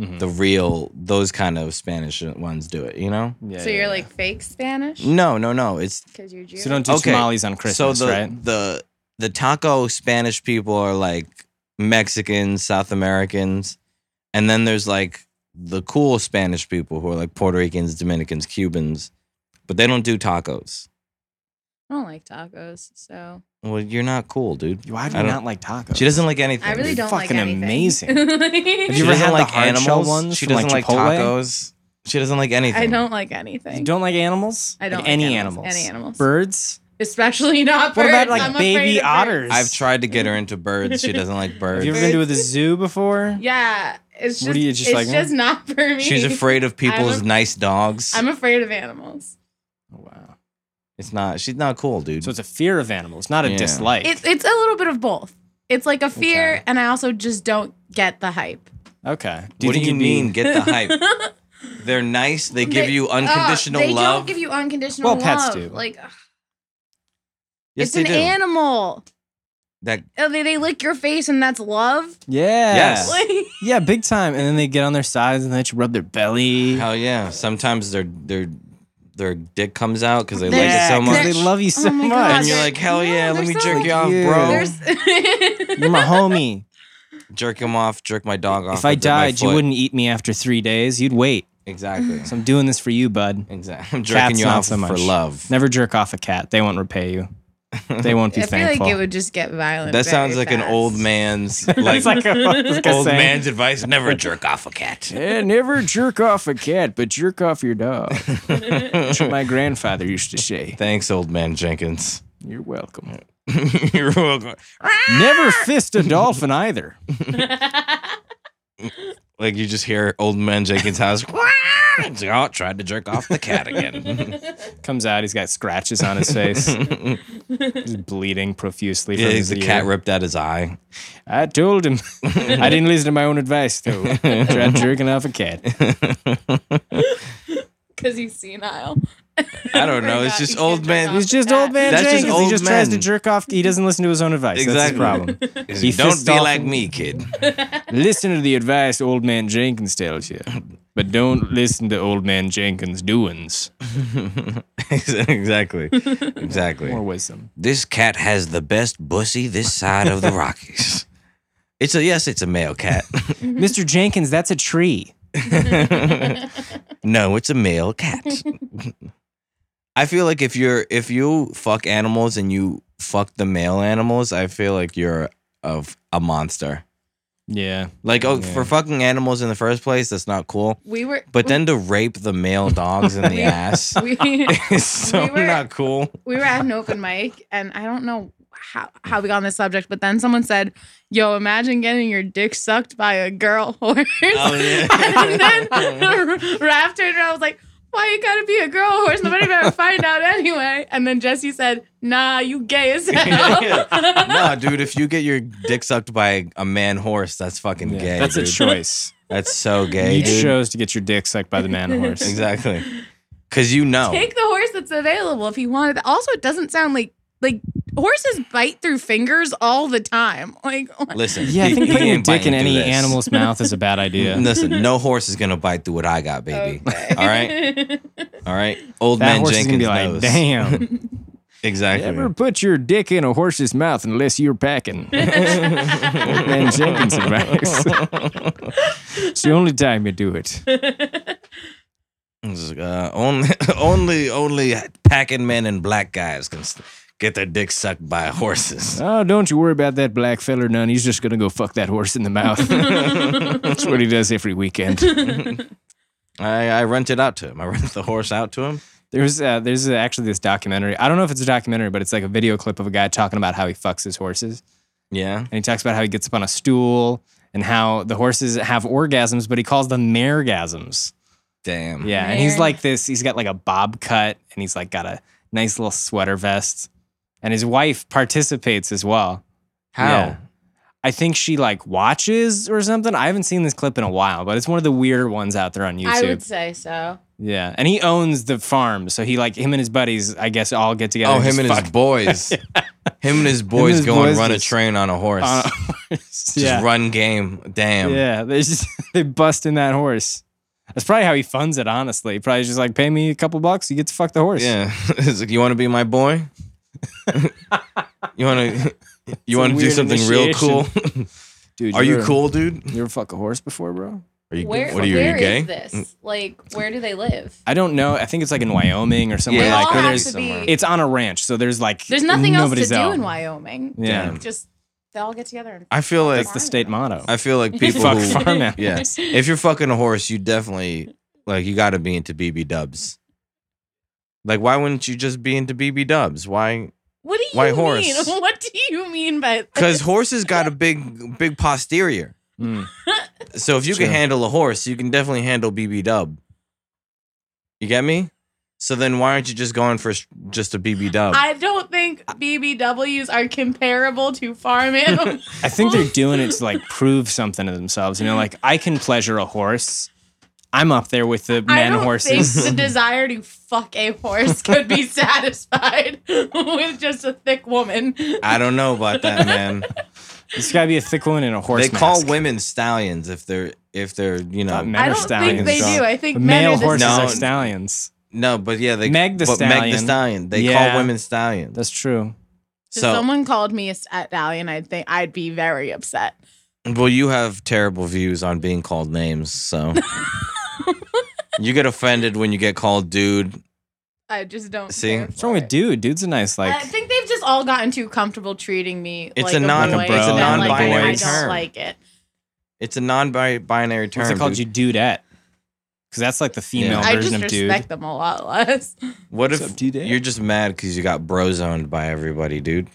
B: Mhm.
A: the real those kind of Spanish ones do it. You know?
B: Yeah,
C: So
B: yeah,
C: you're
B: yeah.
C: like fake Spanish
A: No no no. It's
C: because you're Jewish.
B: Mm. so don't do
A: Okay,
B: tamales on Christmas,
A: so the,
B: right?
A: the the taco Spanish people are like Mexicans, South Americans, and then there's like the cool Spanish people who are like Puerto Ricans, Dominicans, Cubans, but they don't do tacos.
C: I don't like tacos, so
A: Well, you're not cool, dude.
B: Why do
A: I
B: you
A: don't-
B: not like tacos?
A: She doesn't like anything.
C: I really
A: dude.
C: don't
B: fucking
C: like anything.
B: amazing. Have
A: She
B: you ever
A: doesn't
B: had the
A: like
B: hard shell
A: animals.
B: ones
A: She
B: from, like,
A: doesn't like,
B: Chipotle?
A: tacos. She doesn't like anything.
C: I don't like anything.
B: You don't like animals?
C: I don't
B: Like
C: like
B: any
C: animals, any animals.
B: Birds?
C: especially not
B: What
C: birds.
B: about
C: I'm
B: like
C: afraid
B: baby
C: of birds.
B: otters?
A: I've tried to get her into birds. She doesn't like
B: Have
A: birds.
B: you ever been to the zoo before?
C: Yeah, it's just
B: What do you, just
C: it's
B: like-
C: just not for me.
A: She's afraid of people's
C: I'm a-
A: nice dogs.
C: I'm afraid of animals.
B: Wow.
A: it's not. She's not cool, dude.
B: So it's a fear of animals, not a
A: Yeah.
B: dislike.
C: It's it's a little bit of both. It's like a fear,
B: Okay.
C: and I also just don't get the hype.
B: okay.
A: what do
B: think
A: you
B: you'd be-
A: mean? Get the hype. They're nice. They give
C: They-
A: you
C: oh,
A: unconditional
C: they
A: love.
C: don't give you unconditional
B: Well, pets
C: love.
B: do.
C: Like ugh,
A: yes,
C: it's
A: they
C: an
A: do.
C: animal.
A: that
C: Oh, they, they lick your face, and that's love.
B: Yeah.
A: Yes.
C: Like,
B: Yeah, big time. And then they get on their sides and they just rub their belly.
A: hell yeah. Sometimes their their their dick comes out because they like
C: They're-
A: it so much.
B: because they love you so
C: Oh my
B: much.
C: God,
A: and you're
C: they're-
A: like, hell
C: no,
A: yeah, let
C: they're
A: me
C: so
A: jerk you
C: cute.
A: off,
B: Yeah.
A: bro.
C: there's
B: You're my homie.
A: jerk him off, jerk my dog off.
B: if I
A: with my
B: died, you
A: foot.
B: wouldn't eat me after three days. You'd wait.
A: Exactly.
B: So I'm doing this for you, bud.
A: exactly. I'm jerking
B: Cats
A: you
B: not
A: off
B: so
A: for
B: much.
A: love.
B: Never jerk off a cat. They won't repay you. They won't be
C: I feel
B: thankful.
C: like it would just get violent.
A: That sounds
C: very
A: like an
C: fast.
A: old man's like,
B: It's like a- like a
A: old
B: saying.
A: man's advice. Never jerk off a cat.
B: Eh, never jerk off a cat, but jerk off your dog. That's what my grandfather used to say.
A: Thanks, old man Jenkins.
B: You're welcome.
C: Ah!
A: You're welcome.
B: Never fist a dolphin either.
A: Like you just hear old man Jenkins' house. It's like, oh, tried to jerk off the cat again.
B: Comes out, he's got scratches on his face. he's bleeding profusely from
A: Yeah,
B: his
A: the
B: ear.
A: cat ripped out his eye.
B: I told him. I didn't listen to my own advice though. Tried jerking off a cat.
C: because he's senile.
A: I don't know. It's
C: Forgot
A: just
C: he
A: old
C: jerked
A: man-
C: off
B: He's just
C: that.
B: old man
A: That's just
B: Jenkins. he
A: old
B: just tries to
A: men.
B: jerk off. He doesn't listen to his own advice. That's his
A: Exactly.
B: problem.
A: He's
B: He
A: like, Don't
B: fist
A: be
B: off
A: like
B: him.
A: me, kid.
B: listen to the advice old man Jenkins tells you, but don't listen to old man Jenkins' doings.
A: exactly. Exactly.
B: More wisdom.
A: this cat has the best bussy this side of the Rockies. It's a yes, it's a male cat.
B: Mr. Jenkins, that's a tree.
A: no, it's a male cat. I feel like if you're if you fuck animals and you fuck the male animals, I feel like you're of a monster.
B: Yeah.
A: Like oh,
B: Yeah.
A: for fucking animals in the first place, that's not cool.
C: We were,
A: But then to rape the male dogs in the
C: We-
A: ass
C: we,
A: is so
C: we were-
A: not cool.
C: we were at an open mic, and I don't know how how we got on this subject, but then someone said, "Yo, imagine getting your dick sucked by a girl horse."
A: Oh, yeah.
C: and then Raph turned around, and was like. Why you gotta be a girl horse? Nobody better find out anyway. And then Jesse said, "Nah, you gay as hell."
A: no, dude, if you get your dick sucked by a man horse, that's fucking
B: Yeah,
A: gay.
B: that's
A: dude.
B: a choice.
A: That's so gay,
B: you
A: dude.
B: chose to get your dick sucked by the man horse.
A: Exactly. Cause you know.
C: Take the horse that's available if you wanted. That. Also, it doesn't sound like like horses bite through fingers all the time. Like
A: listen.
B: Yeah, I
A: he-
B: think
A: he
B: putting your
A: ain't
B: dick in
A: biting
B: any
A: through this.
B: animal's mouth is a bad idea.
A: Listen, no horse is gonna bite through what I got, baby. All right, all right. Old
B: that
A: man
B: horse is
A: Jenkins
B: gonna be like,
A: knows.
B: damn.
A: Exactly.
B: Never put your dick in a horse's mouth unless you're packing. Old man Jenkins' advice. it's the only time you do it.
A: It's like, uh, only, only, only packing men and black guys can s- get their dick sucked by horses.
B: Oh, don't you worry about that black feller none. He's just gonna go fuck that horse in the mouth. That's what he does every weekend.
A: I, I rent it out to him. I rent the horse out to him.
B: There's uh, there's uh, actually this documentary. I don't know if it's a documentary, but it's like a video clip of a guy talking about how he fucks his horses,
A: Yeah.
B: and he talks about how he gets up on a stool and how the horses have orgasms, but he calls them mergasms.
A: Damn.
B: Yeah, and he's
C: Mer-
B: like this. He's got like a bob cut, and he's like got a nice little sweater vest, and his wife participates as well.
A: How?
B: Yeah. I think she like watches or something. I haven't seen this clip in a while, but it's one of the weirder ones out there on YouTube.
C: I would say so.
B: yeah, and he owns the farm, so he like him and his buddies, I guess, all get together.
A: Oh, him
B: just
A: and
B: fuck
A: his boys. Him and his boys
B: his
A: go and
B: boys
A: run
B: just-
A: a train on a horse.
B: on a horse.
A: just
B: yeah,
A: run game. Damn.
B: yeah. They just they bust in that horse. That's probably how he funds it. Honestly, probably just like pay me a couple bucks, you get to fuck the horse.
A: Yeah. It's like, you want to be my boy? you want to you want to do
B: weird
A: something real cool?
B: dude.
A: Are you
B: ever-
A: cool, dude?
B: You ever fuck a horse before, bro?
A: Are you
C: Where
A: What are you, are
C: where
A: you gay?
C: is
A: Mm.
C: this? Like where do they live?
B: I don't know. I think it's like in Wyoming or somewhere
C: They
A: Yeah,
B: like
C: all
B: where
A: have
B: there's.
C: have to be.
A: somewhere.
B: It's on a ranch, so there's like
C: there's nothing else to
B: nobody's
C: do
B: out.
C: in Wyoming.
B: Yeah,
A: Damn.
C: Just they all get together and
A: I feel like
B: that's the state motto.
A: I feel like people
B: fuck
A: who,
B: farm animals.
A: yeah. If you're fucking a horse, you definitely like you got to be into BB dubs. Like why wouldn't you just be into BB dubs? Why
C: What do you
A: Why
C: mean?
A: horse?
C: What do you mean by
A: Cuz horses got a big big posterior.
B: Mm.
A: So if you can
B: True.
A: handle a horse, you can definitely handle BB Dub. You get me? So then why aren't you just going for s- just a BB Dub?
C: I don't think BBWs are comparable to farm animals.
B: I think they're doing it to like prove something to themselves. You know, like I can pleasure a horse. I'm up there with the
C: I
B: man
C: don't
B: horses.
C: think the desire to fuck a horse could be satisfied with just a thick woman.
A: I don't know about that, man.
B: It's got to be a thick one and a horse.
A: they call
B: mask.
A: women stallions if they're if they're you know
B: Not men
C: I
B: are
C: don't think
B: stallions.
C: they
B: dog.
C: do. I think
B: But
C: men
B: male
C: are the
B: horses
A: No.
B: are stallions.
A: no, but yeah, they
B: Meg the
A: but Meg
B: Stallion.
A: the stallion. They
B: Yeah.
A: call women stallions.
B: That's true.
C: If
A: So
C: someone called me a stallion, I'd think I'd be very upset.
A: well, you have terrible views on being called names. So you get offended when you get called dude.
C: I just don't.
A: See?
C: care
B: What's wrong with
C: for it.
B: dude? Dude's a nice like.
C: I think they've just all gotten too comfortable treating me.
A: It's
C: like
A: a non-
C: boy,
B: it's a
C: that, like,
B: non-binary
C: I don't
A: term.
C: like it.
A: It's a non-binary term.
B: what's it called?
A: dude.
B: You dudette. Because that's like the female
A: No
C: I just
B: version of dude.
C: respect them a lot less.
A: What
B: What's
A: if
B: up, dude?
A: you're just mad because you got brozoned by everybody, dude?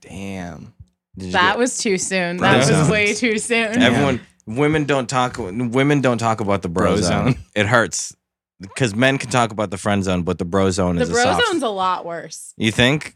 B: Damn.
A: Did you
C: That
A: get-
C: was too soon. That
A: Brozone.
C: was way too soon.
B: Ev-
A: everyone. Women don't talk. Women don't talk about the bro,
B: Bro
A: zone.
B: zone.
A: It hurts because men can talk about the friend zone, but the bro zone
C: The
A: is a
C: bro
A: soft.
C: zone's a lot worse.
A: you think?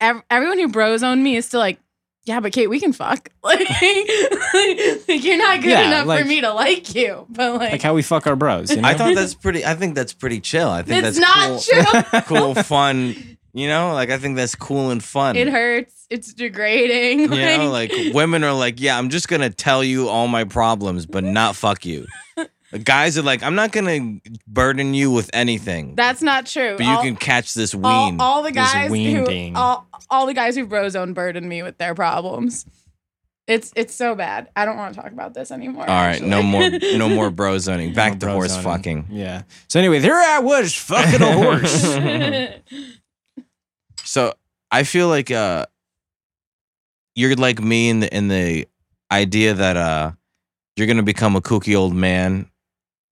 C: Ev- everyone who bro zoned me is still like, yeah, but Kate, we can fuck. Like, like, you're not good
B: Yeah,
C: enough
B: like-
C: for me to like you. But like,
B: Like how we fuck our bros. You know?
A: I thought that's pretty. I think that's pretty chill. I think that's
C: it's not
A: cool,
C: true.
A: cool, fun. You know, like I think that's cool and fun.
C: It hurts. It's degrading.
A: You know, like women are like, yeah, I'm just gonna tell you all my problems, but not fuck you. Guys are like, I'm not gonna burden you with anything,
C: that's not true.
A: but you
C: All-
A: can catch this ween.
C: all, all the
B: This
C: guys
B: ween
C: who
B: ding.
C: all, all the guys who brozone burden me with their problems. It's it's so bad. I don't want to talk about this anymore.
A: All right, no more,
C: actually.
A: no more bro zoning. Back
B: No
A: to
B: Oh, bro
A: horse
B: zoning.
A: fucking.
B: Yeah. So anyway, there I was fucking a horse.
A: So I feel like uh, you're like me in the in the idea that uh, you're gonna become a kooky old man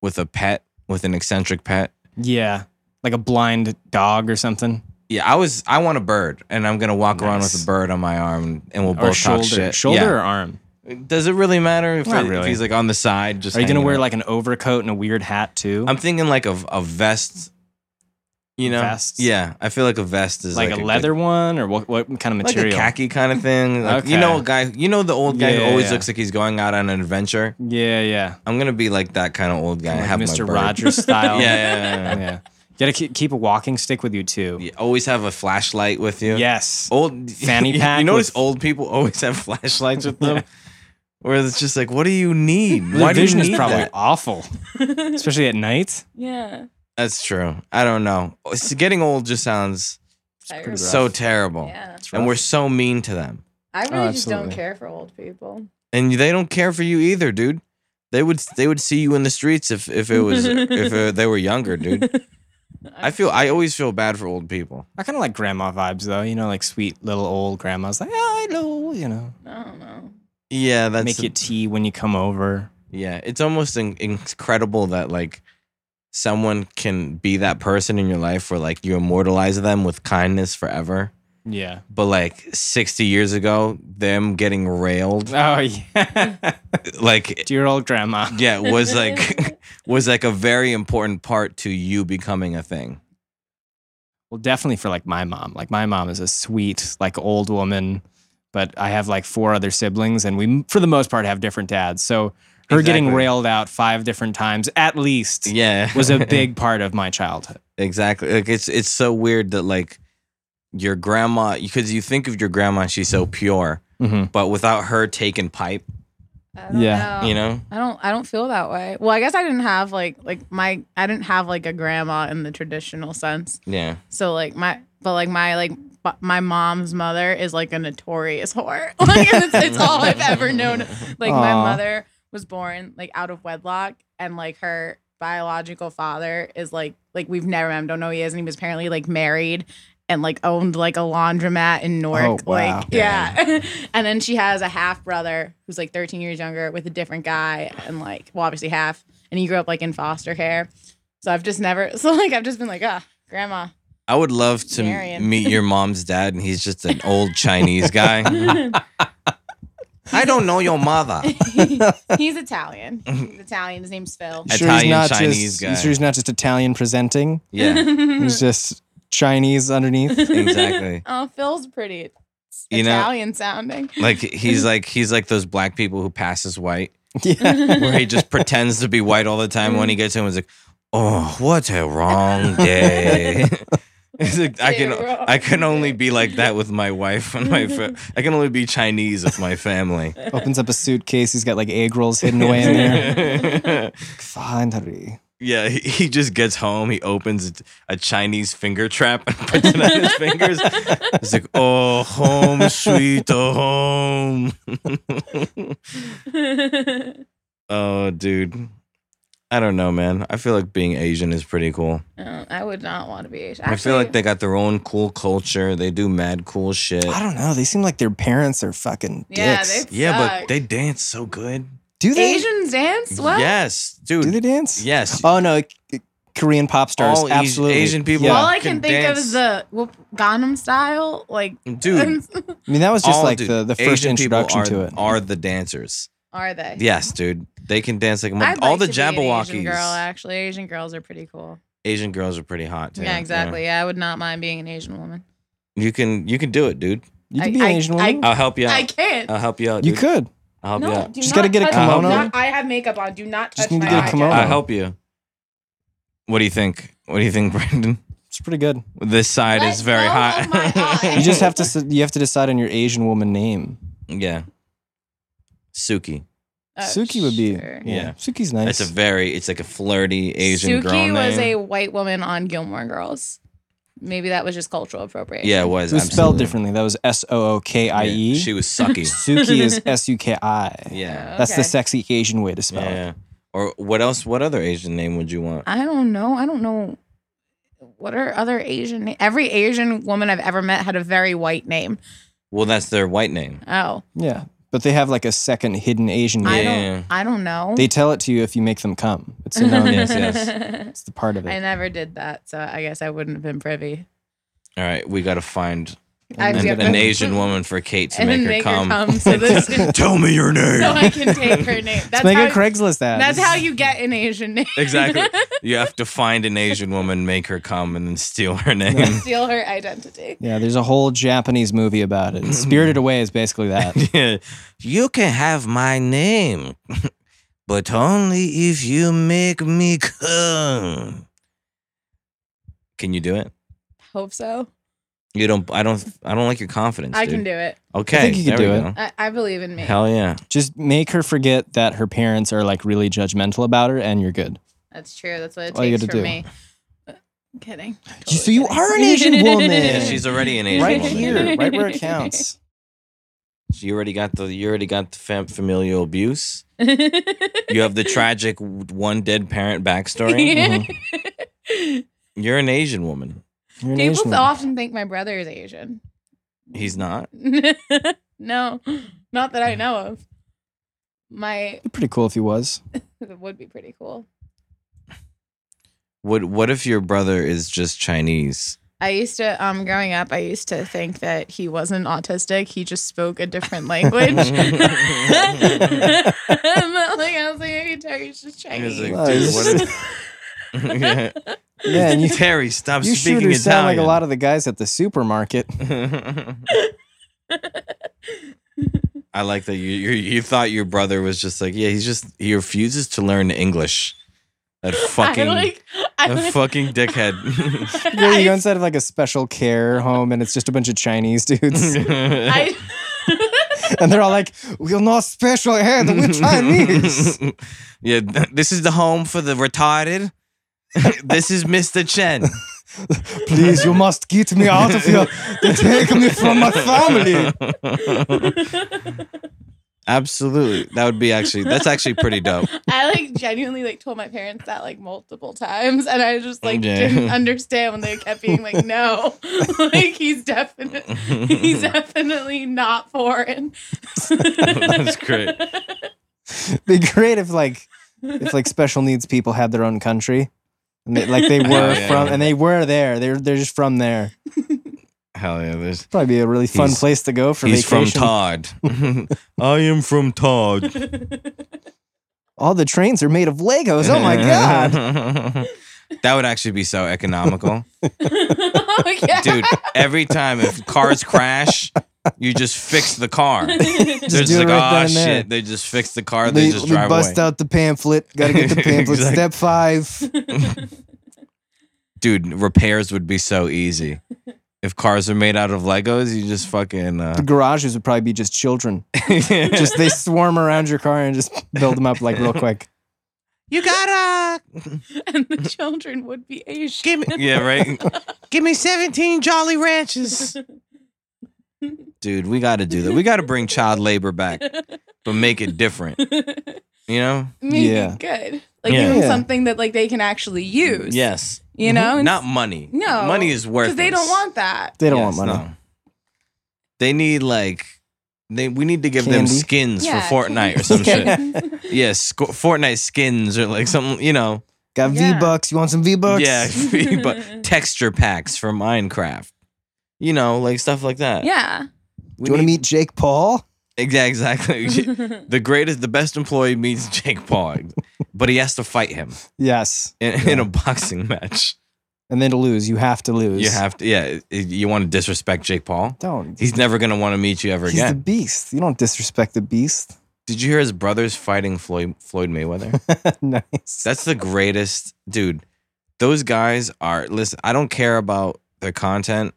A: with a pet, with an eccentric pet.
B: yeah. Like a blind dog or something.
A: Yeah, I was. I want a bird, and I'm gonna walk around with
B: Nice.
A: a bird on my arm, and we'll
B: Or
A: both
B: shoulder.
A: talk shit.
B: Shoulder
A: Yeah.
B: or arm?
A: Does it really matter if,
B: Not
A: it- if
B: really.
A: he's like on the side? Just
B: Are you gonna
A: hanging
B: wear
A: out?
B: like an overcoat and a weird hat too?
A: I'm thinking like a a vest. You know,
B: Vests?
A: Yeah, I feel like a vest is
B: like,
A: like,
B: a
A: good-
B: leather one or what, what kind of
A: like
B: material?
A: a khaki kind of thing. Like, You
B: Okay.
A: know, a guy. You know, the old guy who
B: Yeah,
A: always
B: yeah.
A: looks like he's going out on an adventure.
B: Yeah, yeah.
A: I'm gonna be like that kind of old guy.
B: Like
A: have my
B: Mr.
A: bird.
B: Rogers
A: Yeah,
B: style.
A: yeah, yeah, yeah, yeah.
B: yeah. You gotta keep, keep a walking stick with you too.
A: You always have a flashlight with you.
B: Yes.
A: old
B: Fanny pack
A: You notice
B: with-
A: old people always have flashlights with them,
B: Yeah.
A: where it's just like, what do you need?
B: The
A: Why do you
B: vision
A: need
B: is probably
A: that?
B: awful, especially at night.
C: yeah.
A: That's true. I don't know. It's- getting old just sounds
C: Tired.
A: so terrible,
C: yeah.
A: and we're so mean to them,
C: I really
A: Oh,
C: just don't
B: absolutely.
C: care for old people.
A: and they don't care for you either, dude. They would they would see you in the streets if if it was if uh they were younger, dude. I feel I always feel bad for old people.
B: I kind of like grandma vibes though, you know, like sweet little old grandma's like, oh, hello, you know,
C: I don't know.
A: Yeah, that's
B: make you tea when you come over.
A: Yeah, it's almost in- incredible that like someone can be that person in your life where like you immortalize them with kindness forever.
B: Yeah.
A: But like 60 years ago, them getting railed
B: Oh yeah.
A: like
B: Dear old grandma.
A: yeah, was like was like a very important part to you becoming a thing.
B: Well, definitely for like my mom. Like my mom is a sweet, like old woman, but I have like four other siblings, and we, for the most part, have different dads. So her getting
A: Exactly.
B: railed out five different times at least
A: Yeah.
B: was a big part of my childhood.
A: Exactly. Like it's it's so weird that like your grandma because you think of your grandma she's so pure,
B: Mm-hmm.
A: but without her taking pipe,
C: I don't
B: Yeah,
C: know.
A: you know?
C: I don't I don't feel that way. Well, I guess I didn't have like like my I didn't have like a grandma in the traditional sense.
A: Yeah.
C: So like my but like my like b- my mom's mother is like a notorious whore. Like it's, it's all I've ever known. Like my
B: Aw.
C: mother was born like out of wedlock and like her biological father is like like we've never met him, don't know who he is and he was apparently like married and like owned like a laundromat in Newark.
B: Oh, wow.
C: Like yeah. and then she has a half brother who's like 13 years younger with a different guy and like well obviously half and he grew up like in foster care. So I've just never so like I've just been like ah grandma
A: I would love to
C: Marion.
A: meet your mom's dad, and he's just an old Chinese guy. I don't know your mother.
C: He's Italian.
A: Mm-hmm.
C: He's Italian. His name's Phil.
A: Sure he's Italian, not Chinese just- guy. Mm. sure he's
B: not just Italian presenting.
A: Yeah,
B: He's just Chinese underneath.
A: exactly.
C: oh, Phil's pretty
A: You know-
C: Italian sounding.
A: Like he's like he's like those black people who pass as white,
B: yeah.
A: where he just pretends to be white all the time. When he gets home, he's like, "Oh, what a wrong day." He's like, I can I can only be like that with my wife and my fa- I can only be Chinese with my family.
B: Opens up a suitcase. He's got like egg rolls hidden away in there. Finally.
A: Yeah, he, he just gets home. He opens a Chinese finger trap and puts it on his fingers. It's like, oh, home sweet home. oh, dude. I don't know, man. I feel like being Asian is pretty cool.
C: Uh, I would not want to be Asian.
A: I feel like
C: Actually,
A: they got their own cool culture. They do mad cool shit.
B: I don't know. They seem like their parents are fucking
C: Yeah,
B: dicks.
C: they-
A: Yeah,
C: Suck.
A: but they dance so good.
B: do they
C: Asians dance. What?
A: Yes, dude.
B: do they dance?
A: Yes.
B: Oh no, it- it- Korean pop stars.
A: All Asi-
B: absolutely.
A: Asian people.
B: Yeah.
C: All I
A: Can
C: can think of
A: dance.
C: is the whoop, Gangnam style. Like, Um,
A: dude.
B: I mean, that was just
A: all,
B: like
A: dude,
B: the, the first
A: Asian people
B: introduction
A: are,
B: to it.
A: Are the dancers?
C: are they?
A: Yes, dude. They can dance like a mon-
C: I'd
A: all
C: like
A: the
C: to be an
A: Jabberwockies.
C: Asian girl, actually, Asian girls are pretty cool.
A: Asian girls are pretty hot too.
C: Yeah, exactly. Yeah. I would not mind being an Asian woman.
A: You can you can do it, dude.
B: you
C: I-
B: could be an
C: I-
B: Asian
C: I-
B: woman.
A: I'll help you out.
C: I can't.
A: I'll help you out.
B: you
A: Oh, dude.
B: could.
A: I'll help
C: no,
A: you out.
C: do
B: Just
C: not
B: gotta get a
C: touch me.
A: kimono.
C: Do not- I have makeup on. Do not touch
B: Just need
C: my
B: to get a
C: eye
B: kimono.
A: I'll
B: Uh-huh.
C: jacket.
A: help you. What do you think? What do you think, Brandon?
B: It's pretty good.
A: This side
C: Let
A: is very
C: go of
A: hot.
C: my eye.
B: You just have to. s- You have to decide on your Asian woman name.
A: yeah. Suki.
C: Oh,
B: Suki would be.
C: sure.
B: Yeah.
A: Yeah.
B: Suki's nice.
A: It's a very it's like a flirty Asian
C: Suki
A: girl name.
C: was a white woman on Gilmore Girls. Maybe that was just cultural appropriation.
A: yeah, it was.
B: it was spelled
A: absolutely.
B: differently. That was S O O K I E.
A: Yeah, she was sucky.
B: Suki is S U K I.
A: yeah.
B: That's
C: Okay.
B: the sexy Asian way to spell it.
A: Yeah. Or what else? What other Asian name would you want?
C: I don't know. I don't know. What are other Asian? na- Every Asian woman I've ever met had a very white name.
A: Well, that's their white name.
C: Oh,
B: Yeah, but they have like a second hidden Asian
C: I
B: name.
A: Yeah.
C: don't. I don't know.
B: They tell it to you if you make them come. It's
C: Oh,
B: synonymous.
A: yes.
B: It's the part of
C: I
B: it.
C: never did that, so I guess I wouldn't have been privy.
A: All right, we gotta find
C: I've
A: an,
C: got-
A: an Asian woman for Kate to
C: and
A: make, her,
C: make
A: come.
C: so this so
A: Tell me your name.
C: I can take her name.
B: Let's
C: That's
B: make
C: how,
B: a Craigslist ad.
C: That's how you get an Asian name.
A: Exactly. You have to find an Asian woman, make her come, and then steal her name.
C: Steal her identity.
B: Yeah, there's a whole Japanese movie about it. Spirited Away is basically that.
A: Yeah. you can have my name, but only if you make me come. Can you do it?
C: Hope so.
A: You don't. I don't. I don't like your confidence.
C: I
A: dude.
C: can do it.
A: Okay,
B: I think you can
A: there
B: do
A: we
B: it.
A: go.
C: I, I believe in me.
A: Hell yeah.
B: Just make her forget that her parents are like really judgmental about her, and you're good.
C: That's true. That's what it
B: All you
C: takes
B: gotta
C: for
B: do.
C: me. Uh, kidding.
B: You- so you
C: kidding.
B: are an Asian woman.
A: Yeah,
B: Yeah.
A: she's already an Asian
B: Right
A: woman.
B: here, right where it counts.
A: So you already got the. You already got the fam- familial abuse. You have the tragic one dead parent backstory.
B: Uh-huh.
A: Mm-hmm.
C: Uh-huh.
A: You're an Asian woman.
B: You're an
C: People
B: Asian woman.
C: often think my brother is Asian.
A: He's not.
C: no, not that I know of. My
B: It'd be pretty cool if he was.
C: it would be pretty cool.
A: What What if your brother is just Chinese?
C: I used to, um, growing up, I used to think that he wasn't autistic. He just spoke a different language. like, I was like, "Are you talking- he's just Chinese.
A: like,
B: Well,
A: dude,
B: it's
A: what if-
B: Yeah, and you,
A: Terry, stop
B: you
A: speaking
B: shooters
A: Italian.
B: sound like a lot of the guys at the supermarket.
A: I like that you, you you thought your brother was just like yeah he's just he refuses to learn English. That fucking
C: I like, I
A: that
C: like,
A: fucking dickhead.
B: Yeah, you go inside of like a special care home, and it's just a bunch of Chinese dudes,
C: I,
B: and they're all like, "We're not special here, we're Chinese."
A: yeah, th- this is the home for the retarded. this is Mr. Chen.
B: Please, you must get me out of here. They take me from my family.
A: Absolutely. That would be actually that's actually pretty dope.
C: I like genuinely like told my parents that like multiple times, and I just like
A: Yeah.
C: didn't understand when they kept being like, "No, like he's definitely he's definitely not foreign."
A: That's great.
B: Be great if like if like special needs people had their own country, and they, like they were
A: Yeah.
B: from, and they were there. They're they're just from there.
A: Hell yeah, there's
B: Probably be a really fun
A: He's-
B: place to go for
A: He's from
B: vacation.
A: Todd. I am from Todd.
B: All the trains are made of Legos. Oh my god!
A: that would actually be so economical.
C: oh, yeah.
A: Dude, every time if cars crash, you just fix the car. They're
B: do
A: just
B: it
A: like,
B: right then
A: oh
B: and there."
A: shit, they just fix the car, they,
B: They,
A: just
B: we
A: drive away.
B: bust out the pamphlet. Gotta get the pamphlet.
A: Exactly.
B: Step five.
A: Dude, repairs would be so easy. If cars are made out of Legos, you just fucking
B: The
A: uh,
B: garages would probably be just children. just they swarm around your car and just build them up like real quick.
A: You gotta
C: and the children would be Asian.
A: give me Yeah, right. give me 17 Jolly Ranches. Dude, we gotta do that. We gotta bring child labor back, but make it different. You know?
D: Make
B: Yeah.
D: it good. Like
A: Yeah.
D: give them
B: Yeah.
D: something that like they can actually use.
A: Yes.
D: You know? It's-
A: Not money.
D: No,
A: Money is worth
D: Because they don't want that.
B: They don't want money.
A: They need like they we need to give them
B: Candy?
A: skins
D: Yeah,
A: for Fortnite or
D: candy.
A: some shit.
D: shit.
A: Yeah, sc- Fortnite skins or like something, you know.
B: Got
C: Yeah.
B: V Bucks. You want some V Bucks?
A: Yeah, but texture packs for Minecraft. You know, like stuff like that.
D: yeah.
A: We
B: Do you want to
A: need-
B: meet Jake Paul?
A: Exa- Exactly. the greatest, the best employee meets Jake Paul, but he has to fight him
B: Yes.
A: in, in a boxing match.
B: And then to lose, you have to lose.
A: You have to, yeah. i- You want to disrespect Jake Paul?
B: Don't.
A: He's never gonna want to meet you ever
B: He's the
A: again.
B: beast. You don't disrespect the beast.
A: Did you hear his brothers fighting Floyd Floyd Mayweather?
B: nice.
A: That's the greatest, dude. Those guys are. Listen, I don't care about their content,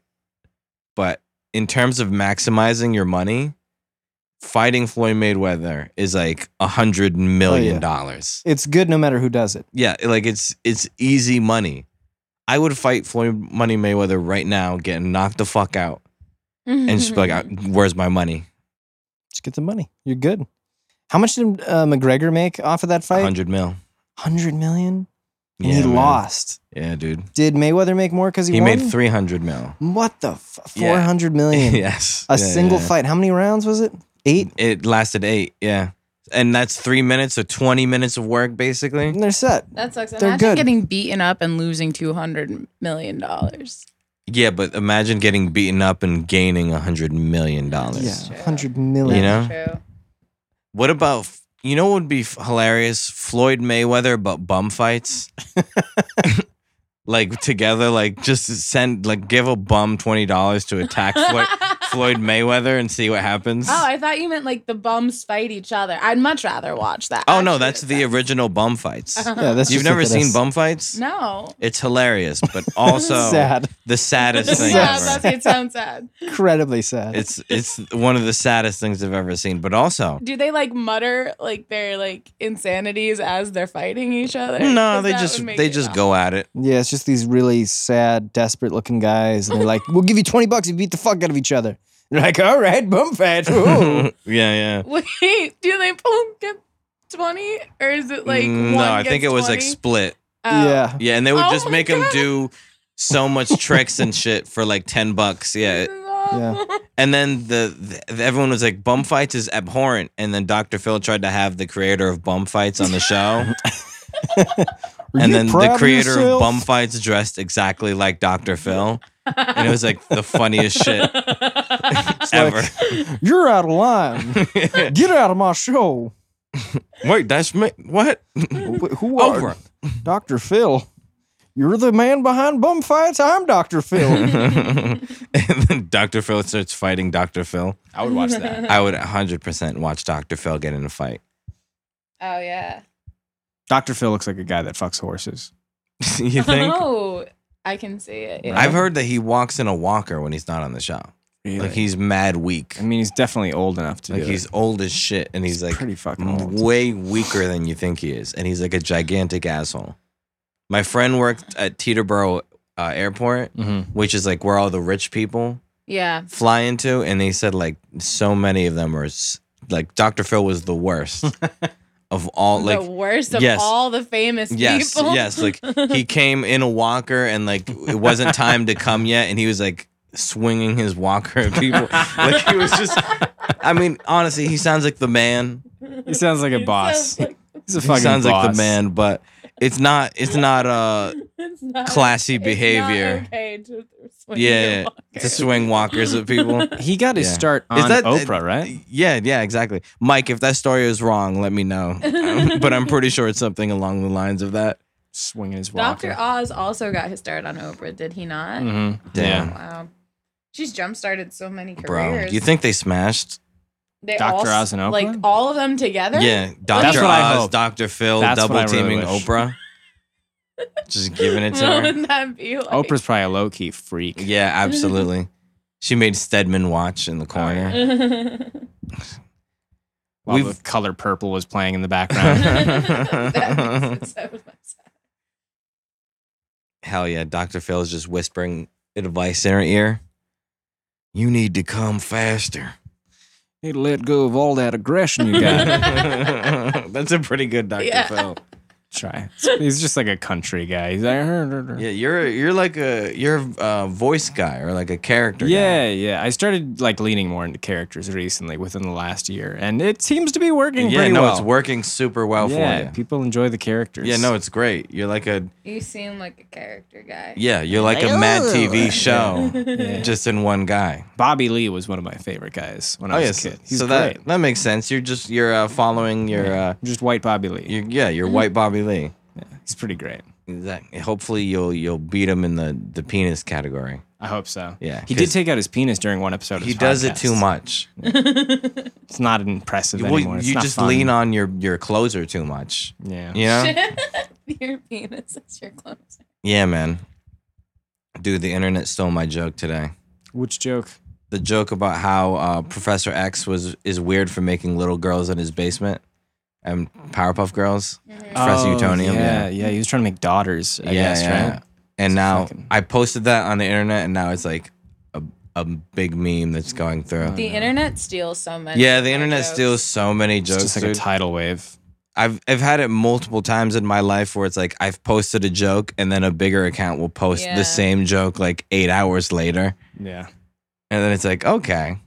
A: but in terms of maximizing your money, fighting Floyd Mayweather is like a hundred
B: Oh,
A: million dollars.
B: It's good no matter who does it.
A: Yeah, like it's it's easy money. I would fight Floyd Money Mayweather right now, getting knocked the fuck out, and just be like, "I- "Where's my money?
B: Just get the money. You're good. How much did uh, McGregor make off of that fight?
A: Hundred mil."
B: 100 million? And he
A: man.
B: lost.
A: Yeah, dude.
B: Did Mayweather make more because he,
A: He
B: won?
A: made three hundred mil.
B: What the f-
A: Yeah.
B: 400 million?
A: yes, Yeah,
B: A single
A: yeah, yeah.
B: fight. How many rounds was it? Eight?
A: It lasted eight. Yeah, and that's three minutes or twenty minutes of work,
B: And
A: basically.
B: they're set.
D: That sucks.
B: They're
D: Imagine-
B: good.
C: Getting beaten up and losing two hundred million dollars.
A: Yeah, but imagine getting beaten up and gaining a hundred million
B: yeah,
A: dollars.
D: true.
B: 100 million.
A: You know?
D: That's true.
A: What about you know what would be f- hilarious? Floyd Mayweather but bum fights. like together, like just send like give a bum twenty dollars to attack Floyd, Floyd Mayweather and see what happens.
D: Oh, I thought you meant like the bums fight each other. I'd much rather watch that.
A: oh no,
D: actually. Uh-huh.
A: that's the original bum fights.
B: Yeah, that's
A: You've
B: just
A: never
B: look at
A: seen
B: us.
A: bum fights?
D: No.
A: It's hilarious, but also
B: Sad.
A: the saddest thing
D: yeah,
A: ever.
D: that's, it sounds sad.
B: Incredibly sad.
A: It's it's one of the saddest things I've ever seen. But also,
D: Do they like mutter like their like insanities as they're fighting each other?
A: no,
D: 'Cause
A: they
D: that
A: just
D: would make
A: they
D: it
A: just
D: awful.
A: go at it.
B: yeah, it's just these really sad, desperate looking guys. And they're like, we'll give you 20 bucks if you beat the fuck out of each other. They're like, all right, bum fight.
A: yeah,
B: Ooh.
A: yeah.
D: Wait, do they both get twenty, or is it like
A: Mm, no,
D: one
A: I
D: gets
A: think it was like
D: 20?
A: split.
D: Oh.
B: yeah.
A: Yeah, and they would
D: Oh
A: just
D: my
A: make him
D: God.
A: do so much tricks and shit for like ten bucks. Yeah,
D: This is awful.
A: and then the, the everyone was like, "Bum fights is abhorrent," and then Dr. Phil tried to have the creator of Bum Fights on the show,
B: Are
A: and
B: you
A: then
B: proud
A: the creator of
B: yourself?
A: Bum Fights dressed exactly like Dr. Phil, and it was like the funniest shit ever.
B: You're out of line. Get out of my show.
A: Wait, that's me. What?
B: Wh- Who are
A: Oprah.
B: Dr. Phil? You're the man behind bum fights. I'm Dr. Phil.
A: and then Dr. Phil starts fighting Dr. Phil.
B: I would watch that.
A: I would 100% watch Dr. Phil get in a fight.
D: Oh yeah.
B: Dr. Phil looks like a guy that fucks horses.
A: you think?
D: Oh, I can see it. yeah.
A: I've heard that he walks in a walker when he's not on the show. Like he's mad weak.
B: I mean, he's definitely old enough to
A: Like
B: do
A: he's
B: it.
A: old as shit and he's like
B: pretty fucking old.
A: way weaker than you think he is. And he's like a gigantic asshole. My friend worked at Teterboro uh, Airport,
B: Mhm.
A: which is like where all the rich people
D: Yeah.
A: fly into, and they said like so many of them are s- like Dr. Phil was the worst of all. Like
D: the worst of
A: yes.
D: all the famous
A: yes,
D: people.
A: yes, like he came in a walker and like it wasn't time to come yet, and he was like swinging his walker at people.
B: Mm-hmm.
A: like he was just. I mean, honestly, he sounds like the man.
B: He sounds like a
D: It
B: boss.
D: sounds like-
B: he's a
A: He
B: fucking
A: sounds
B: boss.
A: like the man, but it's not. It's not uh
D: it's not-
A: classy
D: it's not
A: behavior.
D: okay to swing
A: Yeah,
D: your
A: yeah,
D: walker.
A: to swing walkers at people.
B: He got his
A: Yeah.
B: start on
A: that-
B: Oprah, right?
A: Uh, Yeah, yeah, exactly. Mike, if that story is wrong, let me know. Um, but I'm pretty sure it's something along the lines of that.
B: Swinging his walker.
D: Dr. Oz also got his start on Oprah, did he not?
B: Mhm.
A: Damn.
B: Yeah.
D: Wow. She's jump started so many
A: Bro,
D: careers.
A: you think they smashed?
D: they
B: Dr.
D: all s-
B: Oz and Oprah?
D: Like all of them together?
A: Yeah,
B: That's
A: Dr.
B: what I
A: Oz,
B: hope.
A: Dr. Phil,
B: That's what I
A: double
B: really
A: teaming
B: wish.
A: Oprah. Just giving it to her.
D: Wouldn't that be like
B: Oprah's probably a low key freak.
A: Yeah, absolutely. She made Stedman watch in the corner.
B: While
A: We've-
B: the color purple was playing in the background.
D: That makes it so much sense.
A: Hell yeah, Dr. Phil is just whispering advice in her ear. You need to come faster.
B: Hey, let go of all that aggression you got.
A: That's a pretty good Dr.
D: Yeah.
A: Phil.
B: Try. He's just like a country guy. He's like, "Hur, hur, hur."
A: Yeah, you're you're like a you're a voice guy or like a character. guy.
B: yeah, yeah. I started like leaning more into characters recently within the last year, and it seems to be working
A: yeah.
B: pretty
A: No,
B: well.
A: it's working super well
B: yeah,
A: for you.
B: people enjoy the characters.
A: Yeah, no, it's great. You're like a
D: You seem like a character guy.
A: yeah, you're like a mad TV show,
B: Yeah.
A: just in one guy.
B: Bobby Lee was one of my favorite guys when I
A: Oh
B: was
A: yeah,
B: a
A: so,
B: kid. He's
A: so
B: great.
A: that that makes sense. You're just you're uh, following your uh,
B: just white Bobby Lee.
A: your yeah your white Bobby Lee.
B: He's pretty great.
A: Exactly. Hopefully you'll you'll beat him in the the penis category.
B: I hope so.
A: Yeah,
B: he did
A: 'cause-
B: take out his penis during one episode. Of
A: He
B: his
A: does it
B: podcast.
A: too much.
B: It's not impressive
A: Well,
B: anymore. It's
A: you
B: not
A: just
B: fun.
A: lean on your your closer too much.
B: Yeah.
A: You know?
D: Your penis is your clothes.
A: Yeah, man. Dude, the internet stole my joke today.
B: Which joke?
A: The joke about how uh, Professor X was is weird for making little girls in his basement and Powerpuff Girls, Professor Utonium.
B: Oh,
A: Yeah,
B: Yeah, yeah. He was trying to make daughters. I
A: yeah,
B: guess,
A: yeah.
B: Right?
A: And now
B: fucking-
A: I posted that on the internet, and now it's like a a big meme that's going through.
D: The internet steals so much.
A: yeah, the internet steals so many
B: It's
A: jokes.
B: just like a
A: dude.
B: tidal wave.
A: I've I've had it multiple times in my life where it's like I've posted a joke, and then a bigger account will post
D: Yeah.
A: the same joke like eight hours later.
B: Yeah. At
A: And then it's like, okay,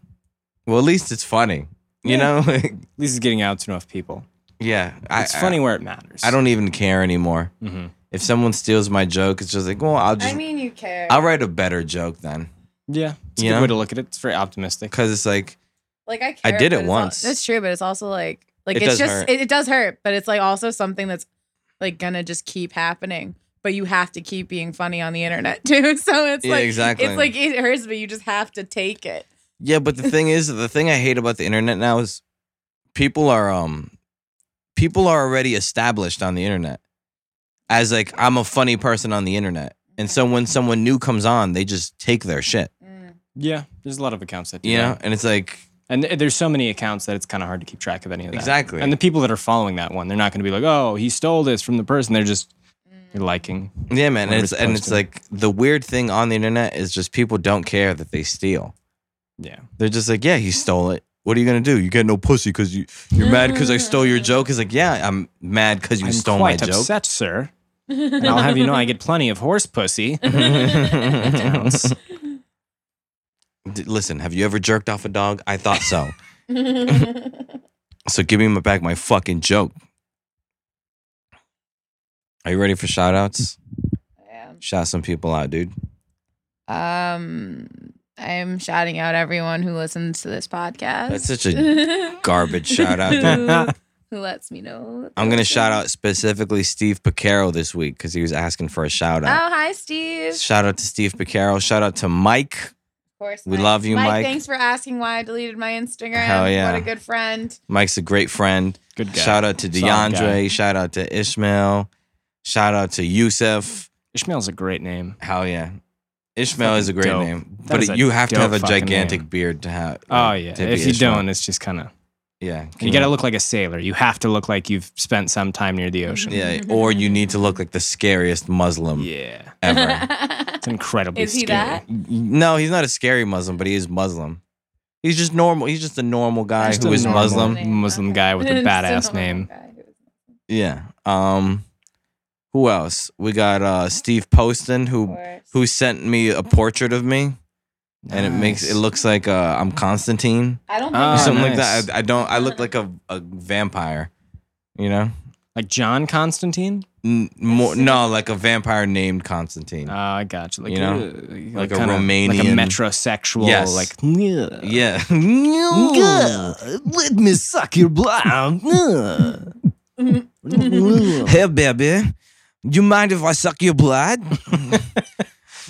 A: well, at least it's funny. You know? Like,
B: least it's getting out to enough people.
A: yeah. I,
B: It's funny where it matters.
A: I, I don't even care anymore.
B: hmm
A: If someone steals my joke, it's just like, well, I'll just,
D: I mean, you care.
A: I'll write a better joke then.
B: Yeah. It's a
A: You
B: good
A: know?
B: way to look at it. It's very optimistic.
A: Cause it's like,
D: like I
A: I
D: care.
A: did
D: but
A: it
D: it's
A: once.
D: Al- that's true, but it's also like like
A: It
D: it's
A: does
D: just
A: hurt.
D: It, it does hurt, but it's like also something that's like gonna just keep happening. But you have to keep being funny on the internet too. So it's
A: Yeah,
D: like
A: exactly.
D: it's like it hurts, but you just have to take it.
A: yeah, but the thing is, the thing I hate about the internet now is people are, um, people are already established on the internet as like, I'm a funny person on the internet. And so when someone new comes on, they just take their shit,
B: Yeah. There's a lot of accounts that do
A: you know?
B: that.
A: And it's like,
B: And th- there's so many accounts that it's kind of hard to keep track of any of that.
A: Exactly.
B: And the people that are following that one, they're not going to be like, oh, he stole this from the person. They're just they're liking.
A: Yeah, man. And
B: Whatever
A: it's,
B: it's
A: and it's
B: posted.
A: like the weird thing on the internet is just people don't care that they steal.
B: Yeah.
A: They're just like, yeah, he stole it. What are you gonna do? You get no pussy because you you're mad because I stole your joke. It's like, yeah, I'm mad because you
B: I'm
A: stole my
B: quite
A: joke.
B: upset, sir. and I'll have you know I get plenty of horse pussy. Accounts.
A: D- Listen, have you ever jerked off a dog? I thought so. mm. so give me my, back my fucking joke. Are you ready for shout outs? Shout some people out, dude.
D: Um, I'm shouting out everyone who listens to this podcast.
A: That's such a garbage shout out, dude.
D: who, who lets me know. that
A: I'm
D: they're
A: gonna shout
D: listening.
A: out specifically Steve Picaro this week because he was asking for a shout out.
D: Oh, hi, Steve.
A: Shout out to Steve Picaro. Shout out to Mike.
D: Of course,
A: We love you, Mike.
D: Thanks for asking why I deleted my Instagram.
A: Hell yeah.
D: What a good friend.
A: Mike's a great friend.
B: Good guy.
A: Shout out to
B: Solid guy.
A: DeAndre. Shout out to Ishmael. Shout out to Yusef.
B: Ishmael's a great name.
A: Hell yeah. Ishmael is a great
B: dope.
A: name,
B: That
A: but
B: is a
A: you have to
B: dope
A: have a
B: fucking
A: gigantic
B: name.
A: beard to have.
B: Oh yeah.
A: to be
B: If you
A: Ishmael.
B: don't, it's just kind of
A: yeah,
B: you got to look like a sailor. You have to look like you've spent some time near
D: Mm-hmm.
B: the ocean.
A: yeah, or you need to look like the scariest Muslim
B: Yeah.
A: ever.
B: It's incredibly
D: Is he
B: scary.
D: that?
A: no, he's not a scary Muslim, but he is Muslim. He's just normal. He's just a normal guy
B: Just
A: who
B: a
A: is
B: normal
A: Muslim.
B: Muslim guy with a
D: Just
B: badass
D: normal
B: name.
D: guy who's-
A: Yeah. Um who else? We got uh Steve Poston who
D: course.
A: who sent me a portrait of me and it makes it
B: Nice.
A: looks like uh I'm Constantine
D: I don't think
A: or
B: Ah,
A: something like
B: nice.
A: that. I, I don't I look like a, a vampire, you know?
B: like John Constantine.
A: N- more, no, like a vampire named Constantine.
B: Oh, I got you. Like,
A: You know?
B: uh,
A: Like a
B: kinda- like a
A: Romanian-
B: metrosexual.
A: Yes.
B: Like yeah.
A: yeah.
B: Yeah, Let me suck your blood. Yeah.
D: Mm-hmm.
A: Hey baby, you mind if I suck your blood?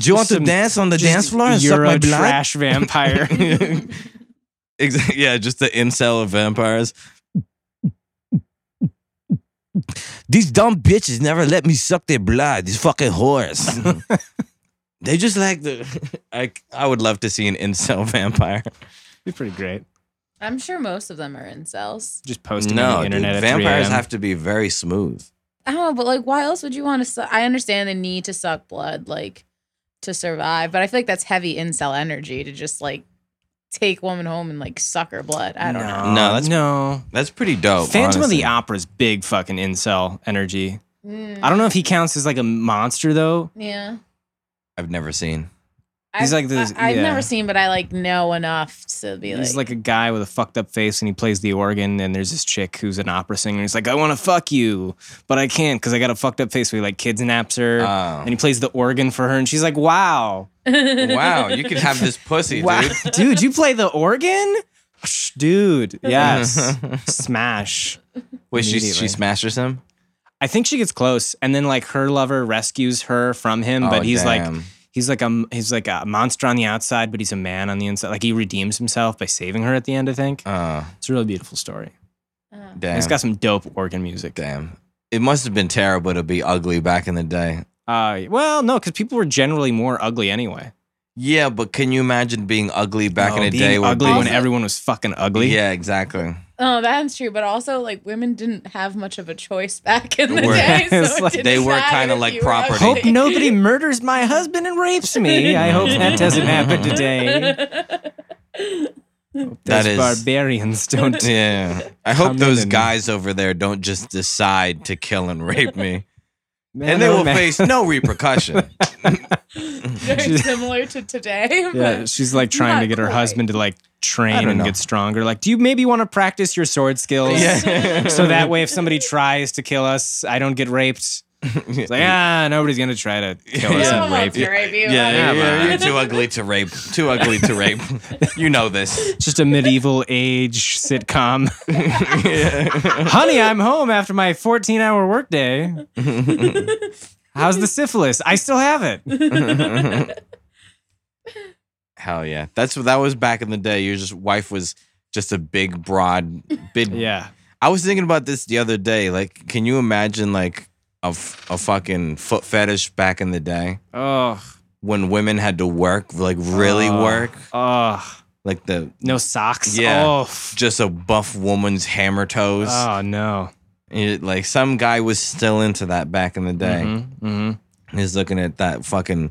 A: Do you want
B: Some-
A: to dance on the
B: Just
A: dance floor and suck
B: Euro
A: my blood?
B: trash vampire.
A: Exa- yeah, just the incel of vampires. These dumb bitches never let me suck their blood. These fucking whores. they just like the. I I would love to see an incel vampire.
B: Be pretty great.
D: I'm sure most of them are incels.
B: Just posting on
A: No,
B: the
A: dude,
B: internet. at 3
A: vampires
B: a.m..
A: have to be very smooth.
D: I don't know, but like, why else would you want to? Su- I understand the need to suck blood, like, to survive, but I feel like that's heavy incel energy to just like take woman home and like suck her blood. I don't know.
A: No, that's-
B: no.
A: That's pretty dope. honestly.
B: Phantom of the Opera's big fucking incel energy. I don't know if he counts as like a monster though.
D: Hmm. Yeah.
A: I've never seen.
B: He's
D: I've-
B: like this-
D: I, have
B: yeah.
D: never seen, but I like know enough to be like.
B: He's like a guy with a fucked up face and he plays the organ and there's this chick who's an opera singer and he's like, I wanna fuck you, but I can't because I got a fucked up face. So he like kidnaps her
A: Oh.
B: and he plays the organ for her and she's like, Wow.
A: wow, you could have this pussy,
B: wow.
A: dude.
B: Dude. you play the organ? Psh, Dude, yes. Smash.
A: Wait, she she
B: Immediately.
A: smashes him.
B: I think she gets close, and then like her lover rescues her from him,
A: Oh,
B: but he's like
A: damn.
B: he's like a he's like a monster on the outside, but he's a man on the inside. Like he redeems himself by saving her at the end. I think
A: Oh,
B: it's a really beautiful story.
A: damn.
D: Uh,
B: And It's got some dope organ music.
A: damn. It must have been terrible to be ugly back in the day.
B: Uh, well, no, because people were generally more ugly anyway.
A: Yeah, but can you imagine being ugly back
B: No,
A: in the
B: being
A: day? would
B: ugly
A: be-
B: when everyone was fucking ugly.
A: Yeah, exactly.
D: oh, that's true. But also, like women didn't have much of a choice back in the
A: Were-
D: day. So
B: It's
D: it
B: like-
D: didn't
A: They were
D: matter
A: kinda
D: if
A: like
D: you were ugly.
A: property.
B: Hope nobody murders my husband and rapes me. I hope that doesn't happen today. Those
A: That is-
B: barbarians don't.
A: Yeah. I hope
B: Come in
A: those
B: and-
A: guys over there don't just decide to kill and rape me.
B: Man,
A: And they
B: oh,
A: will
B: man.
A: face no repercussion.
D: Very similar to today.
B: Yeah, she's like trying
D: Not
B: to get her
D: quite.
B: husband to like
A: I
B: train
A: don't
B: and
A: know.
B: get stronger. Like, do you maybe want to practice your sword skills?
A: Yeah.
B: so that way, if somebody tries to kill us, I don't get raped. It's like, ah, nobody's gonna try to kill us
A: Yeah.
B: and rape you.
A: yeah,
B: yeah,
A: yeah, yeah,
B: man.
A: you're too ugly to rape. Too ugly to rape. You know this.
B: It's Just a medieval age sitcom.
A: Yeah.
B: Honey, I'm home after my 14 hour workday. How's the syphilis? I still have it.
A: Hell yeah. That's what that was back in the day. Your just wife was just a big broad big
B: Yeah.
A: I was thinking about this the other day. Like, can you imagine like a, f- a fucking foot fetish back in the day
B: Oh,
A: when women had to work, like really
B: Oh.
A: work,
B: oh,
A: like the
B: no socks.
A: Yeah.
B: Oh, f-
A: just a buff woman's hammer toes.
B: oh no.
A: It- like some guy was still into that back in the day.
B: Mm-hmm.
A: He's looking at that fucking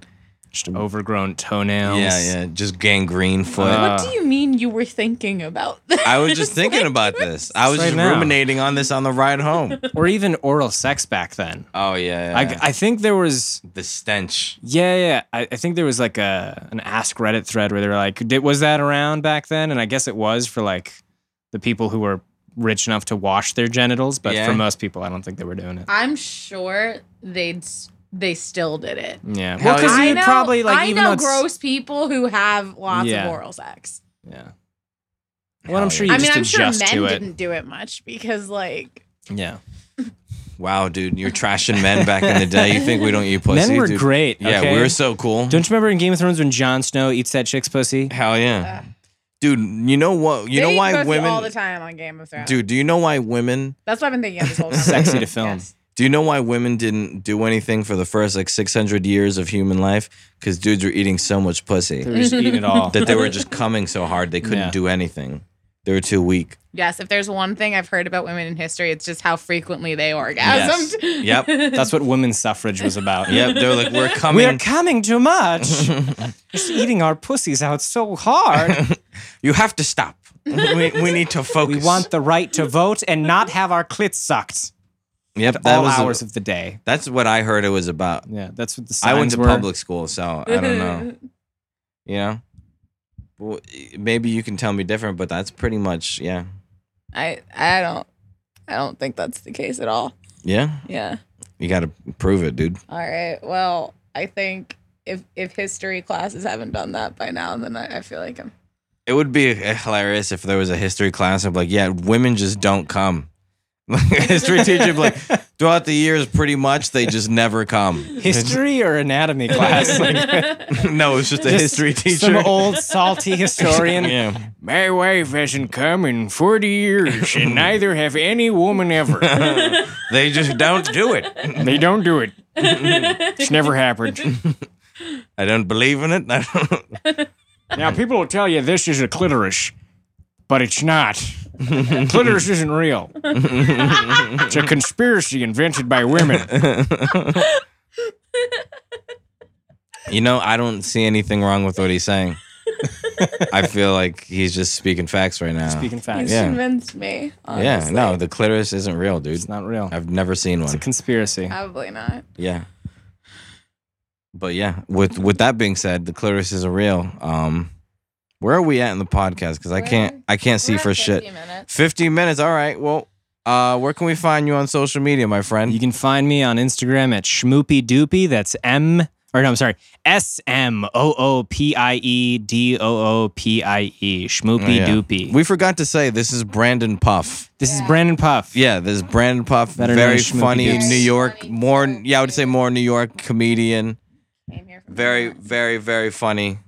B: Just overgrown toenails.
A: yeah yeah just gangrene foot.
B: Uh,
D: What do you mean you were thinking about this?
A: I was just thinking about this. I was
B: Right
A: just
B: now.
A: ruminating on this on the ride home.
B: or even oral sex back then.
A: Oh yeah, yeah, yeah.
B: I, I think there was
A: the stench.
B: yeah yeah I, I think there was like a an ask Reddit thread where they were like Did, was that around back then and I guess it was for like the people who were rich enough to wash their genitals but
A: Yeah.
B: for most people I don't think they were doing it
D: I'm sure they'd s- they still did it.
B: yeah
A: Hell
B: well because
A: yeah.
B: you
D: know,
B: probably like
D: I
B: even
D: know
B: though it's-
D: gross people who have lots
B: Yeah.
D: of oral sex.
B: yeah well I'm
A: Hell
B: sure
A: yeah.
B: you
D: I mean,
B: just
D: I'm sure men
B: adjust to it
D: didn't do it much because like
B: yeah
A: Wow, dude, you're trashing men back in the day. You think we don't eat pussy?
B: men were
A: dude?
B: great
A: Yeah,
B: okay?
A: we were so cool.
B: don't you remember in Game of Thrones when Jon Snow eats that chick's pussy
A: Hell yeah, dude. You know what? You
D: uh, they
A: know
D: eat
A: why
D: pussy all the
A: women,
D: time on Game of Thrones.
A: dude? Do you know why women?
D: that's what I've been thinking of this whole time.
B: sexy to film
D: Yes.
A: Do you know why women didn't do anything for the first like 600 years of human life? Because dudes were eating so much
B: they
A: pussy
B: were just eating it all
A: that they were just coming so hard they couldn't
B: Yeah.
A: do anything. They were too weak.
D: Yes, if there's one thing I've heard about women in history, it's just how frequently they orgasmed.
B: Yes.
A: Yep.
B: that's what women's suffrage was about
A: Yep. They were like, we're coming.
B: We're coming too much. Just eating our pussies out so hard.
A: you have to stop. We, we need to focus.
B: We want the right to vote and not have our clits sucked
A: Yep. That
B: all
A: was.
B: hours of the day.
A: that's what I heard it was about.
B: Yeah, that's what the
A: I
B: signs
A: went to
B: were.
A: public school, so I don't know. you know, well, e, maybe you can tell me different, but that's pretty much yeah,
D: I I don't I don't think that's the case at all.
A: yeah.
D: Yeah.
A: You got to prove it, dude.
D: All right. Well, I think if if history classes haven't done that by now, then I, I feel like I'm
A: It would be eh, hilarious if there was a history class of like, yeah, women just don't come. history teacher, be like throughout the years, pretty much they just never come.
B: History or anatomy class? Like,
A: no, it's just a history
B: some
A: teacher.
B: old salty historian.
A: yeah,
B: My wife hasn't come in 40 years, and neither have any woman ever.
A: they just don't do it.
B: they don't do it. It's never happened.
A: I don't believe in it. I don't.
B: Now, people will tell you this is a clitoris, but it's not. clitoris isn't real. it's a conspiracy invented by women.
A: You know, I don't see anything wrong with what he's saying. I feel like he's just speaking facts right now.
B: Speaking facts,
D: He's
A: Uh, Yeah.
D: convinced me.
A: yeah,
D: honestly.
A: no, the clitoris isn't real, dude.
B: it's not real.
A: I've never seen
B: It's a
A: one.
B: conspiracy.
D: Probably not.
A: Yeah. But yeah, with with that being said, the clitoris isn't real. Um, where are we at in the podcast? Because I
D: We're-
A: can't I can't see
D: We're at
A: for shit.
D: 50 minutes.
A: Fifteen minutes. All right. Well, uh, where can we find you on social media, my friend?
B: You can find me on Instagram at schmoopy doopy. That's M or no, I'm sorry, S M O O P I E D O O P I E. Schmoopy
A: Oh, yeah.
B: doopy.
A: we forgot to say this is Brandon Puff.
B: this is Brandon Puff.
A: Yeah, this is Brandon Puff,
B: Better known
A: very
B: as Schmoopy
A: funny
B: Dukes.
A: New York,
D: Funny
A: more
D: New York
A: yeah, I would say more New York comedian.
D: Came here from
A: Very,
D: Vermont.
A: very, very funny.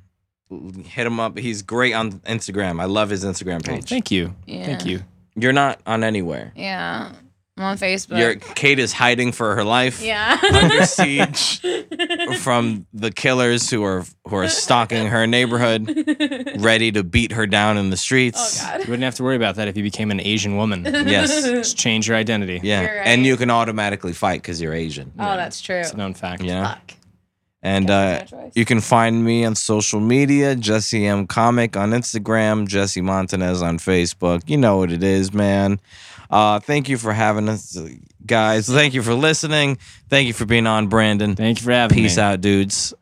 A: Hit him up. He's great on Instagram. I love his Instagram
B: Oh,
A: page.
B: thank you. Thank
D: Yeah.
B: you.
A: You're not on anywhere.
D: Yeah. I'm on Facebook.
A: Your Kate is hiding for her life under
D: yeah. Oh,
A: siege from the killers who are who are stalking her neighborhood, ready to beat her down in the
D: oh
A: streets.
D: God.
B: You wouldn't have to worry about that if you became an Asian woman.
A: Yes.
B: Just change your identity.
A: Yeah,
D: You're right.
A: and you can automatically fight because you're Asian.
D: Oh, that's true.
B: It's a known fact.
A: You know?
D: Fuck.
A: And uh,
D: Guess there's no choice.
A: you can find me on social media, Jesse M Comic on Instagram, Jesse Montanez on Facebook. You know what it is, man. Uh, thank you for having us, guys. Thank you for listening. Thank you for being on, Brandon.
B: Thank you for having me.
A: Peace out, dudes.